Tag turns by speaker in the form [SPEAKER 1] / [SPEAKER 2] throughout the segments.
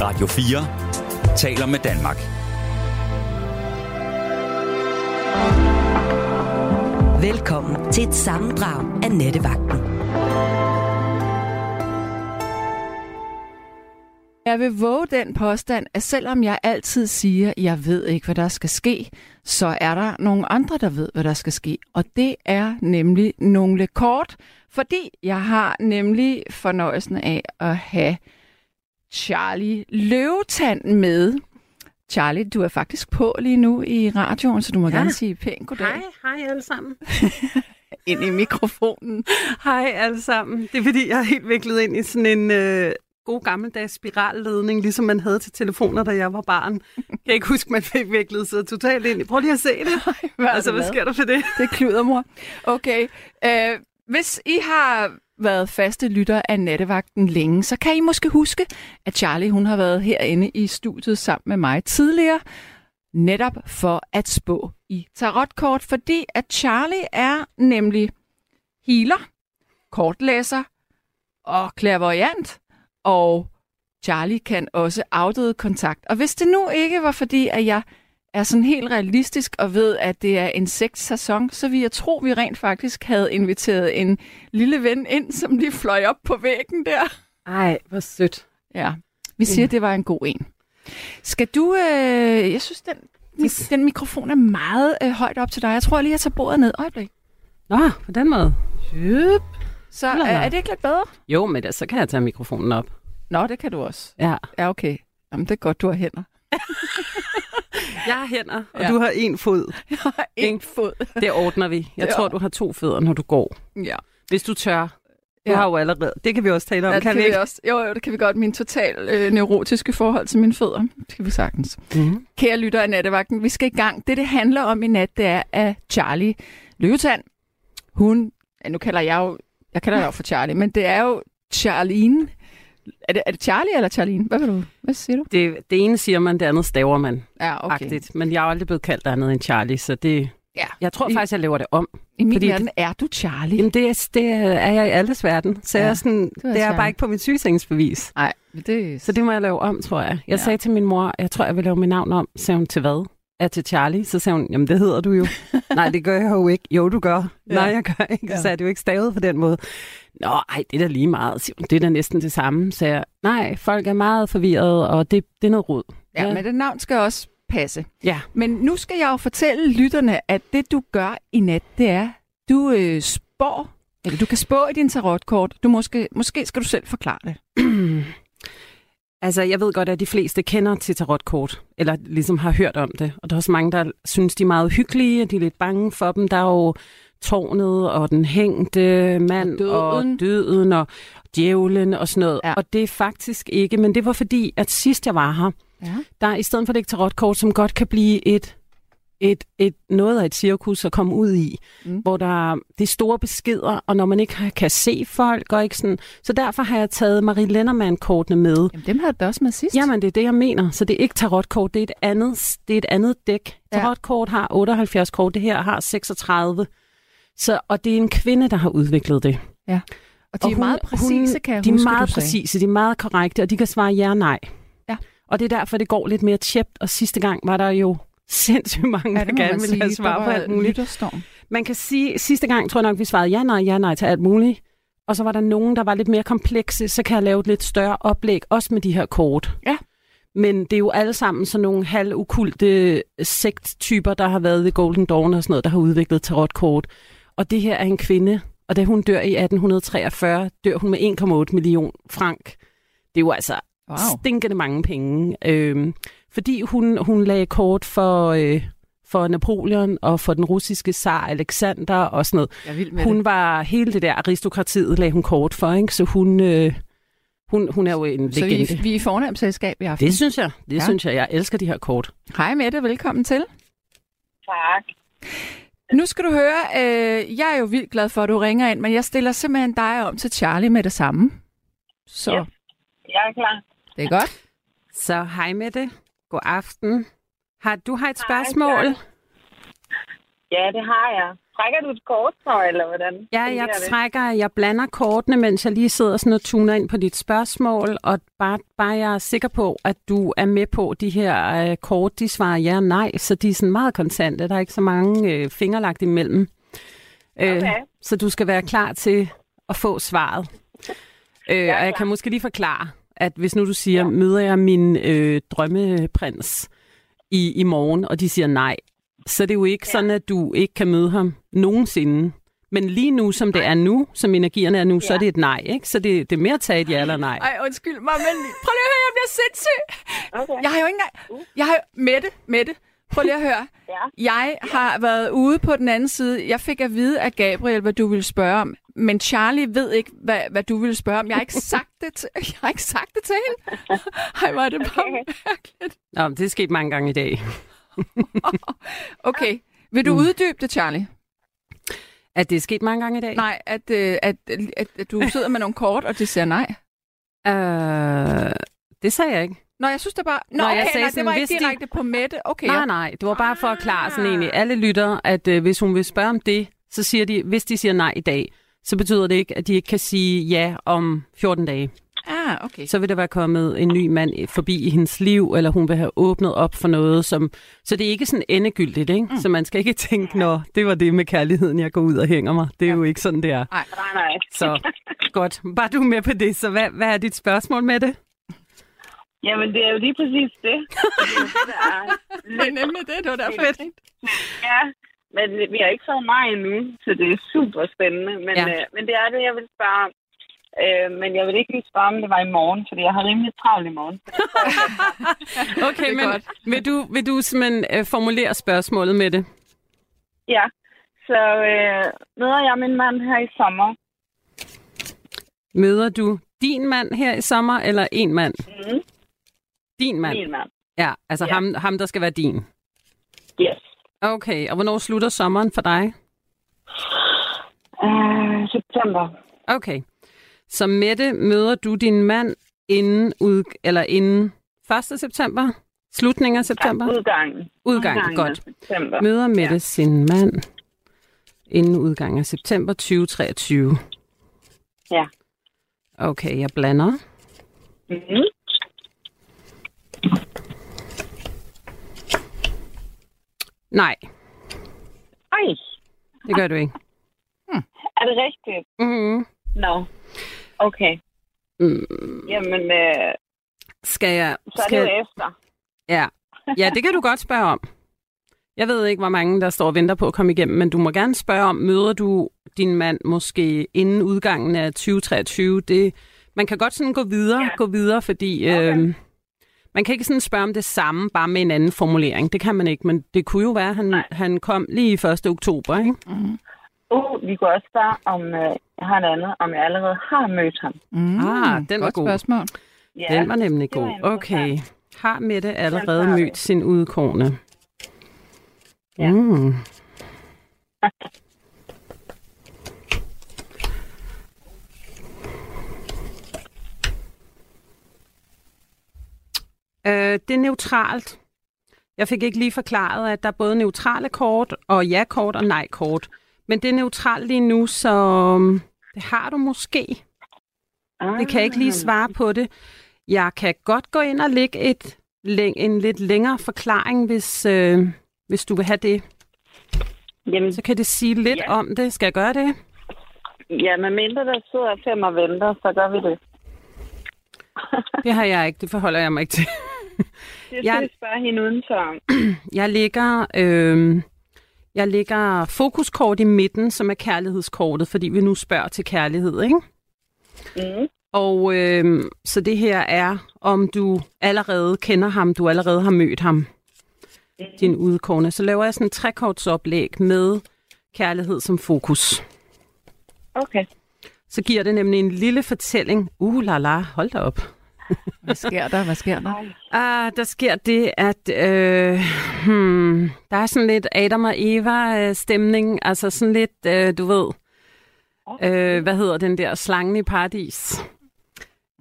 [SPEAKER 1] Radio 4 taler med Danmark.
[SPEAKER 2] Velkommen til et sammendrag af Nettevagten.
[SPEAKER 3] Jeg vil våge den påstand, at selvom jeg altid siger, at jeg ved ikke, hvad der skal ske, så er der nogle andre, der ved, hvad der skal ske. Og det er nemlig nogle kort, fordi jeg har nemlig fornøjelsen af at have Charlie Løvetand med. Charlie, du er faktisk på lige nu i radioen, så du må ja.
[SPEAKER 4] Ja.
[SPEAKER 3] gerne sige pænt goddag
[SPEAKER 4] Hej, hej alle sammen.
[SPEAKER 3] ind i mikrofonen.
[SPEAKER 4] Hej alle sammen. Det er fordi, jeg er helt viklet ind i sådan en øh, god gammeldags spiralledning, ligesom man havde til telefoner, da jeg var barn. Jeg kan ikke huske, man fik viklet sig totalt ind i. Prøv lige at se det.
[SPEAKER 3] Hvad er
[SPEAKER 4] Altså,
[SPEAKER 3] det
[SPEAKER 4] hvad
[SPEAKER 3] med?
[SPEAKER 4] sker der for det?
[SPEAKER 3] Det er kludermor. Okay. Øh, hvis I har været faste lytter af nattevagten længe, så kan I måske huske, at Charlie hun har været herinde i studiet sammen med mig tidligere, netop for at spå i tarotkort, fordi at Charlie er nemlig healer, kortlæser og clairvoyant, og Charlie kan også afdøde kontakt. Og hvis det nu ikke var fordi, at jeg er sådan helt realistisk og ved, at det er insektsæson, så vil jeg tro, vi rent faktisk havde inviteret en lille ven ind, som lige fløj op på væggen der.
[SPEAKER 4] Ej, hvor sødt.
[SPEAKER 3] Ja, vi siger, det var en god en. Skal du... Øh, jeg synes, den, den, den mikrofon er meget øh, højt op til dig. Jeg tror lige, jeg tager bordet ned. Øjeblik.
[SPEAKER 4] Nå, på den måde. Jøp.
[SPEAKER 3] Så
[SPEAKER 4] Nå, nå.
[SPEAKER 3] øh, er det ikke lidt bedre?
[SPEAKER 4] Jo, men da, så kan jeg tage mikrofonen op.
[SPEAKER 3] Nå, det kan du også.
[SPEAKER 4] Ja.
[SPEAKER 3] Ja, okay. Jamen, det er godt, du har hænder.
[SPEAKER 4] Jeg har hænder, og
[SPEAKER 3] Ja.
[SPEAKER 4] ja. du har en fod.
[SPEAKER 3] Jeg har en fod.
[SPEAKER 4] Det ordner vi. Jeg
[SPEAKER 3] Ja.
[SPEAKER 4] tror, du har to fødder, når du går.
[SPEAKER 3] Ja.
[SPEAKER 4] Hvis du tør. Du
[SPEAKER 3] Ja.
[SPEAKER 4] ja. har jo allerede. Det kan vi også tale om,
[SPEAKER 3] Ja,
[SPEAKER 4] kan, vi ikke?
[SPEAKER 3] også. Jo, jo, det kan vi godt. Min total øh, neurotiske forhold til mine fødder. Det kan vi sagtens.
[SPEAKER 4] Mm.
[SPEAKER 3] Kære lytter af nattevagten, vi skal i gang. Det, det handler om i nat, det er, at Charlie Løvetand, hun, ja, nu kalder jeg jo, jeg kalder dig jo for Charlie, men det er jo Charlene. Er det, er det Charlie eller Charlene? Hvad, vil du, hvad siger du?
[SPEAKER 4] Det, det ene siger man, det andet staver man.
[SPEAKER 3] Ja,
[SPEAKER 4] okay. agtigt. Men jeg er jo aldrig blevet kaldt andet end Charlie, så det...
[SPEAKER 3] Ja.
[SPEAKER 4] Jeg tror
[SPEAKER 3] I-
[SPEAKER 4] faktisk, jeg laver det om.
[SPEAKER 3] I min
[SPEAKER 4] Fordi
[SPEAKER 3] verden er du Charlie.
[SPEAKER 4] Jamen, det, er- det er jeg i alles verden, så
[SPEAKER 3] Ja,
[SPEAKER 4] ja, jeg er sådan,
[SPEAKER 3] er
[SPEAKER 4] det er jeg
[SPEAKER 3] Charlie.
[SPEAKER 4] bare ikke på min sygesengsbevis.
[SPEAKER 3] Nej, men det
[SPEAKER 4] Så det må jeg lave om, tror jeg. Jeg
[SPEAKER 3] Ja.
[SPEAKER 4] ja. sagde til min mor, jeg tror, jeg vil lave mit navn om. Så sagde hun, til hvad? Er til Charlie? Så sagde hun, jamen det hedder du jo. Nej, det gør jeg jo ikke. Jo, du gør.
[SPEAKER 3] Ja.
[SPEAKER 4] Ja. Nej, jeg gør ikke.
[SPEAKER 3] Ja.
[SPEAKER 4] Ja. Så er det jo ikke stavet på den måde. Nå, ej, det er da lige meget. siger hun. Det er da næsten det samme. Så jeg, nej, folk er meget forvirrede, og det, det er noget rod.
[SPEAKER 3] Ja, men det navn skal også passe.
[SPEAKER 4] Ja.
[SPEAKER 3] Men nu skal jeg jo fortælle lytterne, at det du gør i nat, det er, du øh, spår, eller du kan spå i din tarotkort. Du måske, måske skal du selv forklare det.
[SPEAKER 4] Altså, jeg ved godt, at de fleste kender til tarotkort, eller ligesom har hørt om det. Og der er også mange, der synes, de er meget hyggelige, og de er lidt bange for dem. Der er jo tårnet og den hængte mand
[SPEAKER 3] Og
[SPEAKER 4] og
[SPEAKER 3] døden.
[SPEAKER 4] døden og, døden, og djævlen og sådan noget.
[SPEAKER 3] Ja.
[SPEAKER 4] Ja. Og det er faktisk ikke, men det var fordi, at sidst jeg var her,
[SPEAKER 3] Ja.
[SPEAKER 4] der er i stedet for det et tarotkort, som godt kan blive et, et, et noget af et cirkus at komme ud i,
[SPEAKER 3] Mm.
[SPEAKER 4] mm. hvor der er de store beskeder, og når man ikke har- kan se folk, og ikke sådan. Så derfor har jeg taget Marie Lennermann-kortene med.
[SPEAKER 3] Jamen, dem havde du også med sidst.
[SPEAKER 4] Jamen, det er det, jeg mener. Så det er ikke tarotkort, det er et andet, det er et andet dæk.
[SPEAKER 3] Ja.
[SPEAKER 4] Tarotkort har 78 kort, det her har 36. Så, og det er en kvinde, der har udviklet det.
[SPEAKER 3] og de er
[SPEAKER 4] hun-
[SPEAKER 3] meget præcise, kan jeg
[SPEAKER 4] De
[SPEAKER 3] huske,
[SPEAKER 4] er meget
[SPEAKER 3] du sagde.
[SPEAKER 4] præcise, de er meget korrekte, og de kan svare ja og nej.
[SPEAKER 3] Ja.
[SPEAKER 4] Og det er derfor, det går lidt mere tjept, og sidste gang var der jo sindssygt mange,
[SPEAKER 3] Ja,
[SPEAKER 4] ja,
[SPEAKER 3] det
[SPEAKER 4] der
[SPEAKER 3] må
[SPEAKER 4] gerne
[SPEAKER 3] man
[SPEAKER 4] ville have
[SPEAKER 3] sige. Der
[SPEAKER 4] svar på
[SPEAKER 3] var
[SPEAKER 4] alt muligt.
[SPEAKER 3] Lytterstorm.
[SPEAKER 4] Man kan sige, sidste gang tror jeg nok, vi svarede ja, nej, ja, nej til alt muligt. Og så var der nogen, der var lidt mere komplekse, så kan jeg lave et lidt større oplæg, også med de her kort.
[SPEAKER 3] Ja.
[SPEAKER 4] Men det er jo alle sammen sådan nogle halvukulte sekttyper, der har været ved Golden Dawn og sådan noget, der har udviklet tarotkort. Og det her er en kvinde, og da hun dør i 1843, dør hun med 1,8 million frank. Det er jo altså wow. stinkende mange penge. Øhm, fordi hun, hun lagde kort for, øh, for Napoleon og for den russiske zar Alexander og sådan noget.
[SPEAKER 3] Jeg er vild med
[SPEAKER 4] Hun
[SPEAKER 3] det.
[SPEAKER 4] var hele det der aristokratiet, lagde hun kort for, ikke? så hun, øh, hun, hun er jo en
[SPEAKER 3] Så vi,
[SPEAKER 4] legende.
[SPEAKER 3] vi er i fornemt selskab i aften.
[SPEAKER 4] Det synes jeg. Det
[SPEAKER 3] Ja.
[SPEAKER 4] ja. synes jeg. Jeg elsker de her kort.
[SPEAKER 3] Hej Mette, velkommen til.
[SPEAKER 5] Tak.
[SPEAKER 3] Nu skal du høre, øh, jeg er jo vildt glad for, at du ringer ind, men jeg stiller simpelthen dig om til Charlie med det samme. Så
[SPEAKER 5] Ja. Jeg er klar.
[SPEAKER 3] det er godt.
[SPEAKER 4] Så hej med det. God aften. Har du har et
[SPEAKER 5] spørgsmål?
[SPEAKER 4] spørgsmål?
[SPEAKER 5] Ja, det har jeg. Trækker du et kort, så, eller hvordan?
[SPEAKER 4] Ja, jeg
[SPEAKER 5] fungerer det?
[SPEAKER 4] trækker, jeg blander kortene, mens jeg lige sidder sådan og tuner ind på dit spørgsmål, og bare, bare jeg er sikker på, at du er med på de her øh, kort, de svarer ja og nej, så de er sådan meget kontante, der er ikke så mange øh, fingerlagt imellem. Øh,
[SPEAKER 5] Okay.
[SPEAKER 4] Så du skal være klar til at få svaret. Øh, og jeg
[SPEAKER 5] klar.
[SPEAKER 4] kan måske lige forklare, at hvis nu du siger, ja. møder jeg min øh, drømmeprins i, i morgen, og de siger nej, så er det jo ikke ja. sådan, at du ikke kan møde ham nogensinde. Men lige nu, som det er nu, som energierne er nu, ja. så er det et nej, ikke? Så det, det er mere at tage et ja eller nej.
[SPEAKER 3] Ej, undskyld mig, men prøv lige at høre, jeg bliver sindssyg.
[SPEAKER 5] Okay. Mm.
[SPEAKER 3] Jeg har jo ikke engang... Jeg har jo... Mette, Mette, prøv lige at høre.
[SPEAKER 5] Ja.
[SPEAKER 3] Jeg har været ude på den anden side. Jeg fik at vide af Gabriel, hvad du ville spørge om. Men Charlie ved ikke, hvad, hvad du ville spørge om. Jeg har ikke sagt det til, jeg har ikke sagt det til hende. Ej, hvor er det bare
[SPEAKER 5] Okay.
[SPEAKER 3] mærkeligt.
[SPEAKER 4] Nå, men det er sket mange gange i dag.
[SPEAKER 3] Okay, vil du uddybe det, Charlie?
[SPEAKER 4] Mm. At det er sket mange gange i dag?
[SPEAKER 3] Nej, at, øh, at, at, at du sidder med nogle kort, og det siger nej.
[SPEAKER 4] Øh, det sagde jeg ikke.
[SPEAKER 3] Nå, jeg synes det bare... Nå,
[SPEAKER 4] Nå,
[SPEAKER 3] okay,
[SPEAKER 4] jeg sagde
[SPEAKER 3] nej,
[SPEAKER 4] sådan,
[SPEAKER 3] det var
[SPEAKER 4] hvis
[SPEAKER 3] ikke
[SPEAKER 4] de-
[SPEAKER 3] direkte på Mette. Okay,
[SPEAKER 4] Nej,
[SPEAKER 3] jeg-
[SPEAKER 4] nej, det var bare for at klare sådan egentlig alle lytter, at øh, hvis hun vil spørge om det, så siger de, hvis de siger nej i dag, så betyder det ikke, at de ikke kan sige ja om 14 dage.
[SPEAKER 3] Ah, okay.
[SPEAKER 4] Så vil der være kommet en ny mand forbi i hendes liv, eller hun vil have åbnet op for noget, som... Så det er ikke sådan endegyldigt, ikke? Mm. Så man skal ikke tænke, nå, det var det med kærligheden, jeg går ud og hænger mig. Det er ja. jo ikke sådan, det er.
[SPEAKER 5] Nej, nej.
[SPEAKER 4] Så godt. Var du med på det? Så hvad, hvad er dit spørgsmål med det?
[SPEAKER 5] Jamen, det er jo lige præcis det. Det er jo det, der er.
[SPEAKER 3] Det er nemlig det, det var derfor, jeg tænkte.
[SPEAKER 5] Ja, men vi har ikke fået mig endnu, så det er super spændende. Men,
[SPEAKER 4] Ja.
[SPEAKER 5] ja. øh, men det er det, jeg vil spørge om. Øh, men jeg vil ikke lige spørge, om det var i morgen, fordi jeg har rimelig travlt i morgen.
[SPEAKER 4] Okay,
[SPEAKER 3] er
[SPEAKER 4] men
[SPEAKER 3] godt.
[SPEAKER 4] vil du, vil du simpelthen øh, formulere spørgsmålet med det?
[SPEAKER 5] Ja, så øh, møder jeg min mand her i sommer.
[SPEAKER 4] Møder du din mand her i sommer, eller en mand?
[SPEAKER 5] Mhm.
[SPEAKER 4] Din mand?
[SPEAKER 5] Min mand.
[SPEAKER 4] Ja, altså
[SPEAKER 5] Ja.
[SPEAKER 4] Ham, ham, der skal være din.
[SPEAKER 5] Yes.
[SPEAKER 4] Okay, og hvornår slutter sommeren for dig?
[SPEAKER 5] Øh, september.
[SPEAKER 4] Okay. Så Mette, møder du din mand inden, ud, eller inden 1. september? Slutningen af september?
[SPEAKER 5] Udgangen.
[SPEAKER 4] Udgangen,
[SPEAKER 5] af
[SPEAKER 4] godt.
[SPEAKER 5] September.
[SPEAKER 4] Møder Mette ja. sin mand inden udgangen af september 2023?
[SPEAKER 5] Ja.
[SPEAKER 4] Okay, jeg blander.
[SPEAKER 5] Mm-hmm.
[SPEAKER 4] Nej,
[SPEAKER 5] Ej,
[SPEAKER 4] det gør du ikke.
[SPEAKER 5] er det rigtigt?
[SPEAKER 4] Mm-hmm.
[SPEAKER 5] Nå. Okay. Mm. Jamen, øh,
[SPEAKER 4] Skal jeg...
[SPEAKER 5] så er
[SPEAKER 4] skal...
[SPEAKER 5] det jo efter.
[SPEAKER 4] Ja. ja, det kan du godt spørge om. Jeg ved ikke, hvor mange, der står og venter på at komme igennem, men du må gerne spørge om, møder du din mand måske inden udgangen af 2023? Det, man kan godt sådan gå videre, ja. gå videre, fordi okay. øhm, man kan ikke sådan spørge om det samme, bare med en anden formulering. Det kan man ikke, men det kunne jo være, at han, han kom lige 1. oktober, ikke?
[SPEAKER 5] Uh, vi kunne også spørge, om øh, jeg har noget andet, om jeg allerede har mødt ham.
[SPEAKER 3] Mm,
[SPEAKER 6] Mm-hmm.
[SPEAKER 4] Ah, den var
[SPEAKER 3] godt
[SPEAKER 4] god.
[SPEAKER 3] spørgsmål.
[SPEAKER 5] Ja.
[SPEAKER 4] Den var nemlig
[SPEAKER 5] det var
[SPEAKER 4] god.
[SPEAKER 5] interessant.
[SPEAKER 4] Okay. Har Mette allerede
[SPEAKER 5] Den har vi.
[SPEAKER 4] mødt sin udkone?
[SPEAKER 5] Ja.
[SPEAKER 4] Mm. Øh, det er neutralt. Jeg fik ikke lige forklaret, at der er både neutrale kort og ja-kort og nej-kort. Men det er neutralt lige nu, så øhm, det har du måske.
[SPEAKER 5] Ah,
[SPEAKER 4] Det kan jeg ikke lige svare på det. Jeg kan godt gå ind og lægge et, læ- en lidt længere forklaring, hvis, øh, hvis du vil have det.
[SPEAKER 5] Jamen,
[SPEAKER 4] Så kan det sige lidt
[SPEAKER 5] Ja.
[SPEAKER 4] om det. Skal jeg gøre det?
[SPEAKER 5] ja, med mindre der sidder fem og venter, så gør vi det.
[SPEAKER 4] Det har jeg ikke. Det forholder jeg mig ikke til.
[SPEAKER 5] Det skal
[SPEAKER 4] Jeg-
[SPEAKER 5] jeg... vi spørge hende udenfor om.
[SPEAKER 4] Jeg lægger, øh, jeg lægger fokuskort i midten, som er kærlighedskortet, fordi vi nu spørger til kærlighed, ikke?
[SPEAKER 5] Mm.
[SPEAKER 4] Og øh, så det her er, om du allerede kender ham, du allerede har mødt ham, din udkårne. Så laver jeg sådan et trekortsoplæg med kærlighed som fokus.
[SPEAKER 5] Okay.
[SPEAKER 4] Så giver det nemlig en lille fortælling. Uh la la, hold da op.
[SPEAKER 3] Hvad sker der? Hvad sker der?
[SPEAKER 4] Ah, der sker det, at øh, hmm, der er sådan lidt Adam og Eva-stemning. Altså sådan lidt, øh, du ved, øh, hvad hedder den der slangen i paradis?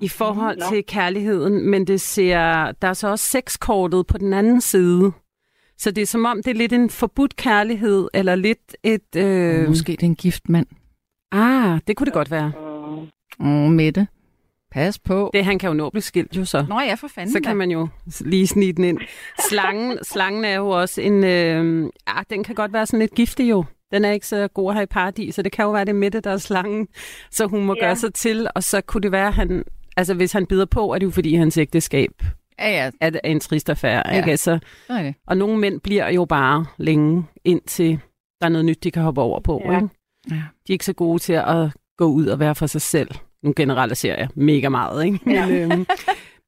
[SPEAKER 4] I forhold
[SPEAKER 5] Nå.
[SPEAKER 4] til kærligheden, men det ser, der er så også sexkortet på den anden side. Så det er som om, det er lidt en forbudt kærlighed, eller lidt et... Øh...
[SPEAKER 3] Måske det er en gift mand.
[SPEAKER 4] Ah, det kunne det godt være.
[SPEAKER 5] Mm.
[SPEAKER 3] Åh, Mette. Pas på.
[SPEAKER 4] Det, han kan jo nå at blive skilt jo så.
[SPEAKER 3] Nå ja, for fanden
[SPEAKER 4] Så
[SPEAKER 3] da.
[SPEAKER 4] kan man jo lige snige den ind. Slangen, slangen er jo også en... Øh, ah, den kan godt være sådan lidt giftig jo. Den er ikke så god her i paradis, så det kan jo være det er Mette, der er slangen. Så hun må
[SPEAKER 5] Ja.
[SPEAKER 4] gøre sig til, og så kunne det være, at han... Altså, hvis han bider på, er det jo fordi, hans ægteskab
[SPEAKER 3] Ja, ja.
[SPEAKER 4] er, er en trist affære.
[SPEAKER 3] Ja.
[SPEAKER 4] Ja. Ikke? Altså,
[SPEAKER 3] Så er det.
[SPEAKER 4] og nogle mænd bliver jo bare længe, indtil der er noget nyt, de kan hoppe over på.
[SPEAKER 5] Ja.
[SPEAKER 4] Ja. Ikke?
[SPEAKER 3] Ja.
[SPEAKER 4] De er ikke så gode til at gå ud og være for sig selv. Nu generaliserer jeg mega meget, ikke?
[SPEAKER 5] Ja.
[SPEAKER 4] Men, øhm,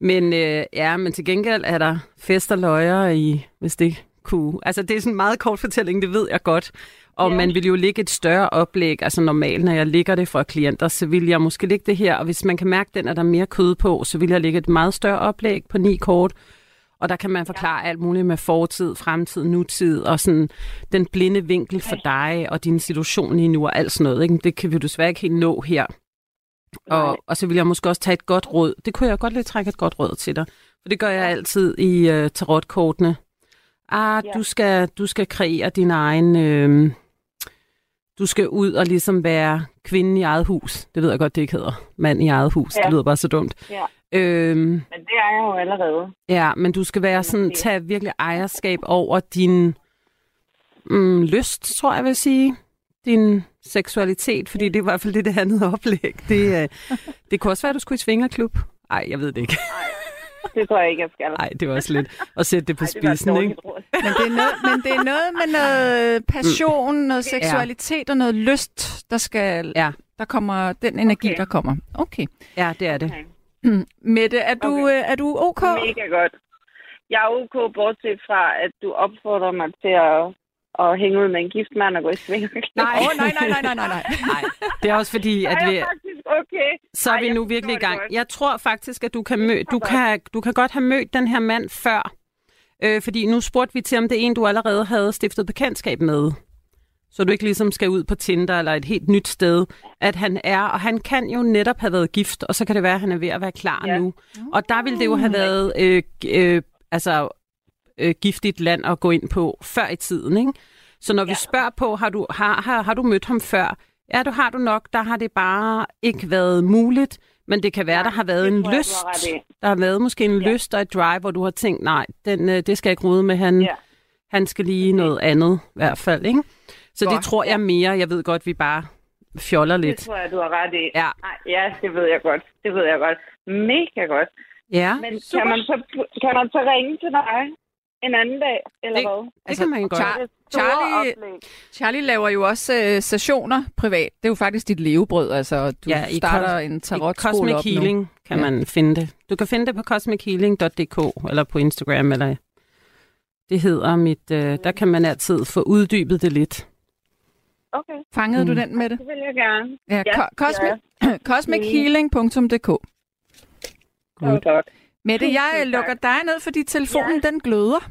[SPEAKER 4] men, øh, ja, men til gengæld er der fest og løjer i, hvis det kunne. Altså, det er sådan en meget kort fortælling, det ved jeg godt. Og
[SPEAKER 5] Ja.
[SPEAKER 4] ja. man vil jo ligge et større oplæg. Altså normalt, når jeg ligger det for klienter, så vil jeg måske ligge det her. Og hvis man kan mærke, den er der mere kød på, så vil jeg ligge et meget større oplæg på ni kort. Og der kan man forklare alt muligt med fortid, fremtid, nutid og sådan den blinde vinkel for dig og din situation lige nu og alt sådan noget. Ikke? Det kan vi jo desværre ikke helt nå her.
[SPEAKER 5] Nej.
[SPEAKER 4] Og, og så vil jeg måske også tage et godt råd. Det kunne jeg godt lige trække et godt råd til dig. For det gør jeg altid i øh, tarotkortene. Ah,
[SPEAKER 5] Ja.
[SPEAKER 4] du, skal, du skal kreere din egen... Øh, du skal ud og ligesom være kvinde i eget hus. Det ved jeg godt, det ikke hedder. Mand i eget hus. Ja.
[SPEAKER 5] Ja.
[SPEAKER 4] Det lyder bare så dumt.
[SPEAKER 5] Ja.
[SPEAKER 4] Øhm,
[SPEAKER 5] Men det er jeg jo allerede.
[SPEAKER 4] Ja, men du skal være sådan, tage virkelig ejerskab over din mm, lyst, tror jeg vil sige. Din seksualitet, fordi det er i hvert fald det, det handlede oplæg. Det, øh, det kunne også være, at du skulle i svingerklub. Nej, jeg ved det ikke.
[SPEAKER 5] Det tror jeg ikke, jeg skal.
[SPEAKER 4] Nej, det var også lidt at sætte det på
[SPEAKER 5] Ej, det var et
[SPEAKER 4] spidsen, ikke?
[SPEAKER 5] dårligt råd.
[SPEAKER 3] Men det, er noget, men det er noget med noget passion, noget seksualitet og noget lyst, der skal...
[SPEAKER 4] Mm. Ja.
[SPEAKER 3] Der kommer den energi,
[SPEAKER 5] Okay.
[SPEAKER 3] der kommer. Okay.
[SPEAKER 4] Ja, det er det. Altså,
[SPEAKER 5] Okay.
[SPEAKER 3] Mette, er du,
[SPEAKER 5] Okay.
[SPEAKER 3] øh, er du OK?
[SPEAKER 5] Mega godt. Jeg er ok, bortset fra, at du opfordrer mig til at, at hænge ud med en gift mand og gå i sving.
[SPEAKER 4] Nej.
[SPEAKER 3] Åh, nej, nej, nej, nej, nej, nej.
[SPEAKER 4] Nej, det er også fordi,
[SPEAKER 5] at
[SPEAKER 4] at
[SPEAKER 5] vi...
[SPEAKER 4] vi,
[SPEAKER 5] er faktisk okay.
[SPEAKER 4] så er
[SPEAKER 5] Ej,
[SPEAKER 4] vi
[SPEAKER 5] jeg
[SPEAKER 4] nu
[SPEAKER 5] forstår
[SPEAKER 4] virkelig i
[SPEAKER 5] det
[SPEAKER 4] gang.
[SPEAKER 5] godt.
[SPEAKER 4] Jeg tror faktisk, at du kan, mø- du kan, du kan godt have mødt den her mand før. Øh, fordi nu spurgte vi til, om det er en, du allerede havde stiftet bekendtskab med. Så du ikke ligesom skal ud på Tinder eller et helt nyt sted, at han er. Og han kan jo netop have været gift, og så kan det være, at han er ved at være klar
[SPEAKER 5] Ja. Mm.
[SPEAKER 4] ja. nu. Og der ville det jo have været øh, g- øh, altså, øh, giftigt land at gå ind på før i tiden. Ikke? Så når ja. vi spørger på, har du, har, har, har du mødt ham før? Ja, du har du nok. Der har det bare ikke været muligt. Men det kan være, der har været
[SPEAKER 5] det
[SPEAKER 4] en
[SPEAKER 5] tror jeg, du
[SPEAKER 4] lyst.
[SPEAKER 5] har ret i.
[SPEAKER 4] Der har været måske en ja. lyst og et drive, hvor du har tænkt, nej, den, øh, det skal jeg ikke rode med. Han,
[SPEAKER 5] Ja.
[SPEAKER 4] han skal lige noget andet i hvert fald. Ikke? Så
[SPEAKER 3] Godt.
[SPEAKER 4] det tror jeg mere. Jeg ved godt, vi bare fjoller
[SPEAKER 5] Det
[SPEAKER 4] lidt.
[SPEAKER 5] tror jeg, du har ret i.
[SPEAKER 4] Ja.
[SPEAKER 5] Ej, ja, det ved jeg godt. Det ved jeg godt. Mega godt.
[SPEAKER 4] Ja,
[SPEAKER 5] Men
[SPEAKER 3] Super.
[SPEAKER 5] kan man, så, kan man så ringe til dig en anden dag, eller
[SPEAKER 4] Det-
[SPEAKER 5] hvad?
[SPEAKER 4] det kan man godt.
[SPEAKER 3] Char-
[SPEAKER 5] Det store
[SPEAKER 3] Charlie-
[SPEAKER 5] oplæg.
[SPEAKER 3] Charlie laver jo også øh, sessioner privat. Det er jo faktisk dit levebrød, altså. og Du
[SPEAKER 4] Ja,
[SPEAKER 3] ja,
[SPEAKER 4] i
[SPEAKER 3] starter
[SPEAKER 4] kos-
[SPEAKER 3] en
[SPEAKER 4] I
[SPEAKER 3] tarotskole op
[SPEAKER 4] Cosmic
[SPEAKER 3] nu.
[SPEAKER 4] Healing kan
[SPEAKER 3] Ja.
[SPEAKER 4] ja. man finde det. Du kan finde det på cosmichealing.dk eller på Instagram eller det hedder mit. Øh, der kan man altid få uddybet det lidt.
[SPEAKER 5] Okay,
[SPEAKER 3] Fangede du
[SPEAKER 4] Mm.
[SPEAKER 3] den med det?
[SPEAKER 5] det vil jeg gerne.
[SPEAKER 3] Ja,
[SPEAKER 5] Ja,
[SPEAKER 3] ko- cosmic, cosmichealing.dk.
[SPEAKER 5] Det var godt.
[SPEAKER 3] Mette, jeg øh,
[SPEAKER 5] Tusind tak.
[SPEAKER 3] lukker dig ned, fordi telefonen den gløder.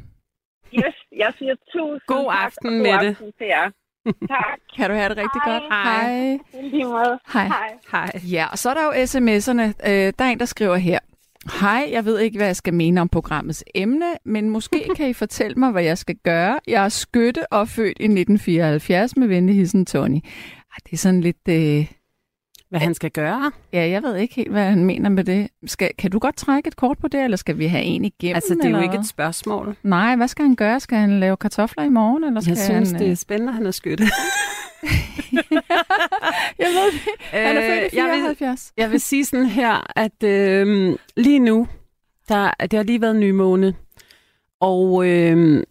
[SPEAKER 5] Yes, jeg siger tusind
[SPEAKER 4] God
[SPEAKER 5] tak,
[SPEAKER 4] aften,
[SPEAKER 5] og god
[SPEAKER 4] Mette.
[SPEAKER 5] aften til jer. Tak.
[SPEAKER 3] Kan du have det rigtig
[SPEAKER 5] Hej.
[SPEAKER 3] godt? Hej.
[SPEAKER 5] I lige måde.
[SPEAKER 3] Hej.
[SPEAKER 5] Hej.
[SPEAKER 4] Hej.
[SPEAKER 3] Ja, og så er der jo sms'erne. Øh, der er en, der skriver her. Hej, jeg ved ikke, hvad jeg skal mene om programmets emne, men måske kan I fortælle mig, hvad jeg skal gøre. Jeg er skytte og født i 1974 med venlig hissen Tony. Ej, det er sådan lidt... Øh...
[SPEAKER 4] Hvad han skal gøre?
[SPEAKER 3] Ja, jeg ved ikke helt, hvad han mener med det. Skal, kan du godt trække et kort på det, eller skal vi have en igennem?
[SPEAKER 4] Altså, det er jo
[SPEAKER 3] eller
[SPEAKER 4] ikke
[SPEAKER 3] hvad?
[SPEAKER 4] et spørgsmål.
[SPEAKER 3] Nej, hvad skal han gøre? Skal han lave kartofler i morgen? Eller skal
[SPEAKER 4] Jeg synes,
[SPEAKER 3] han,
[SPEAKER 4] det
[SPEAKER 3] øh,
[SPEAKER 4] er spændende, at han er skytte.
[SPEAKER 3] Jeg ved det. Han er født i
[SPEAKER 4] Øh, jeg vil-
[SPEAKER 3] 74.
[SPEAKER 4] Jeg vil sige sådan her, at øh, lige nu, der, det har lige været nymåne, og, øh,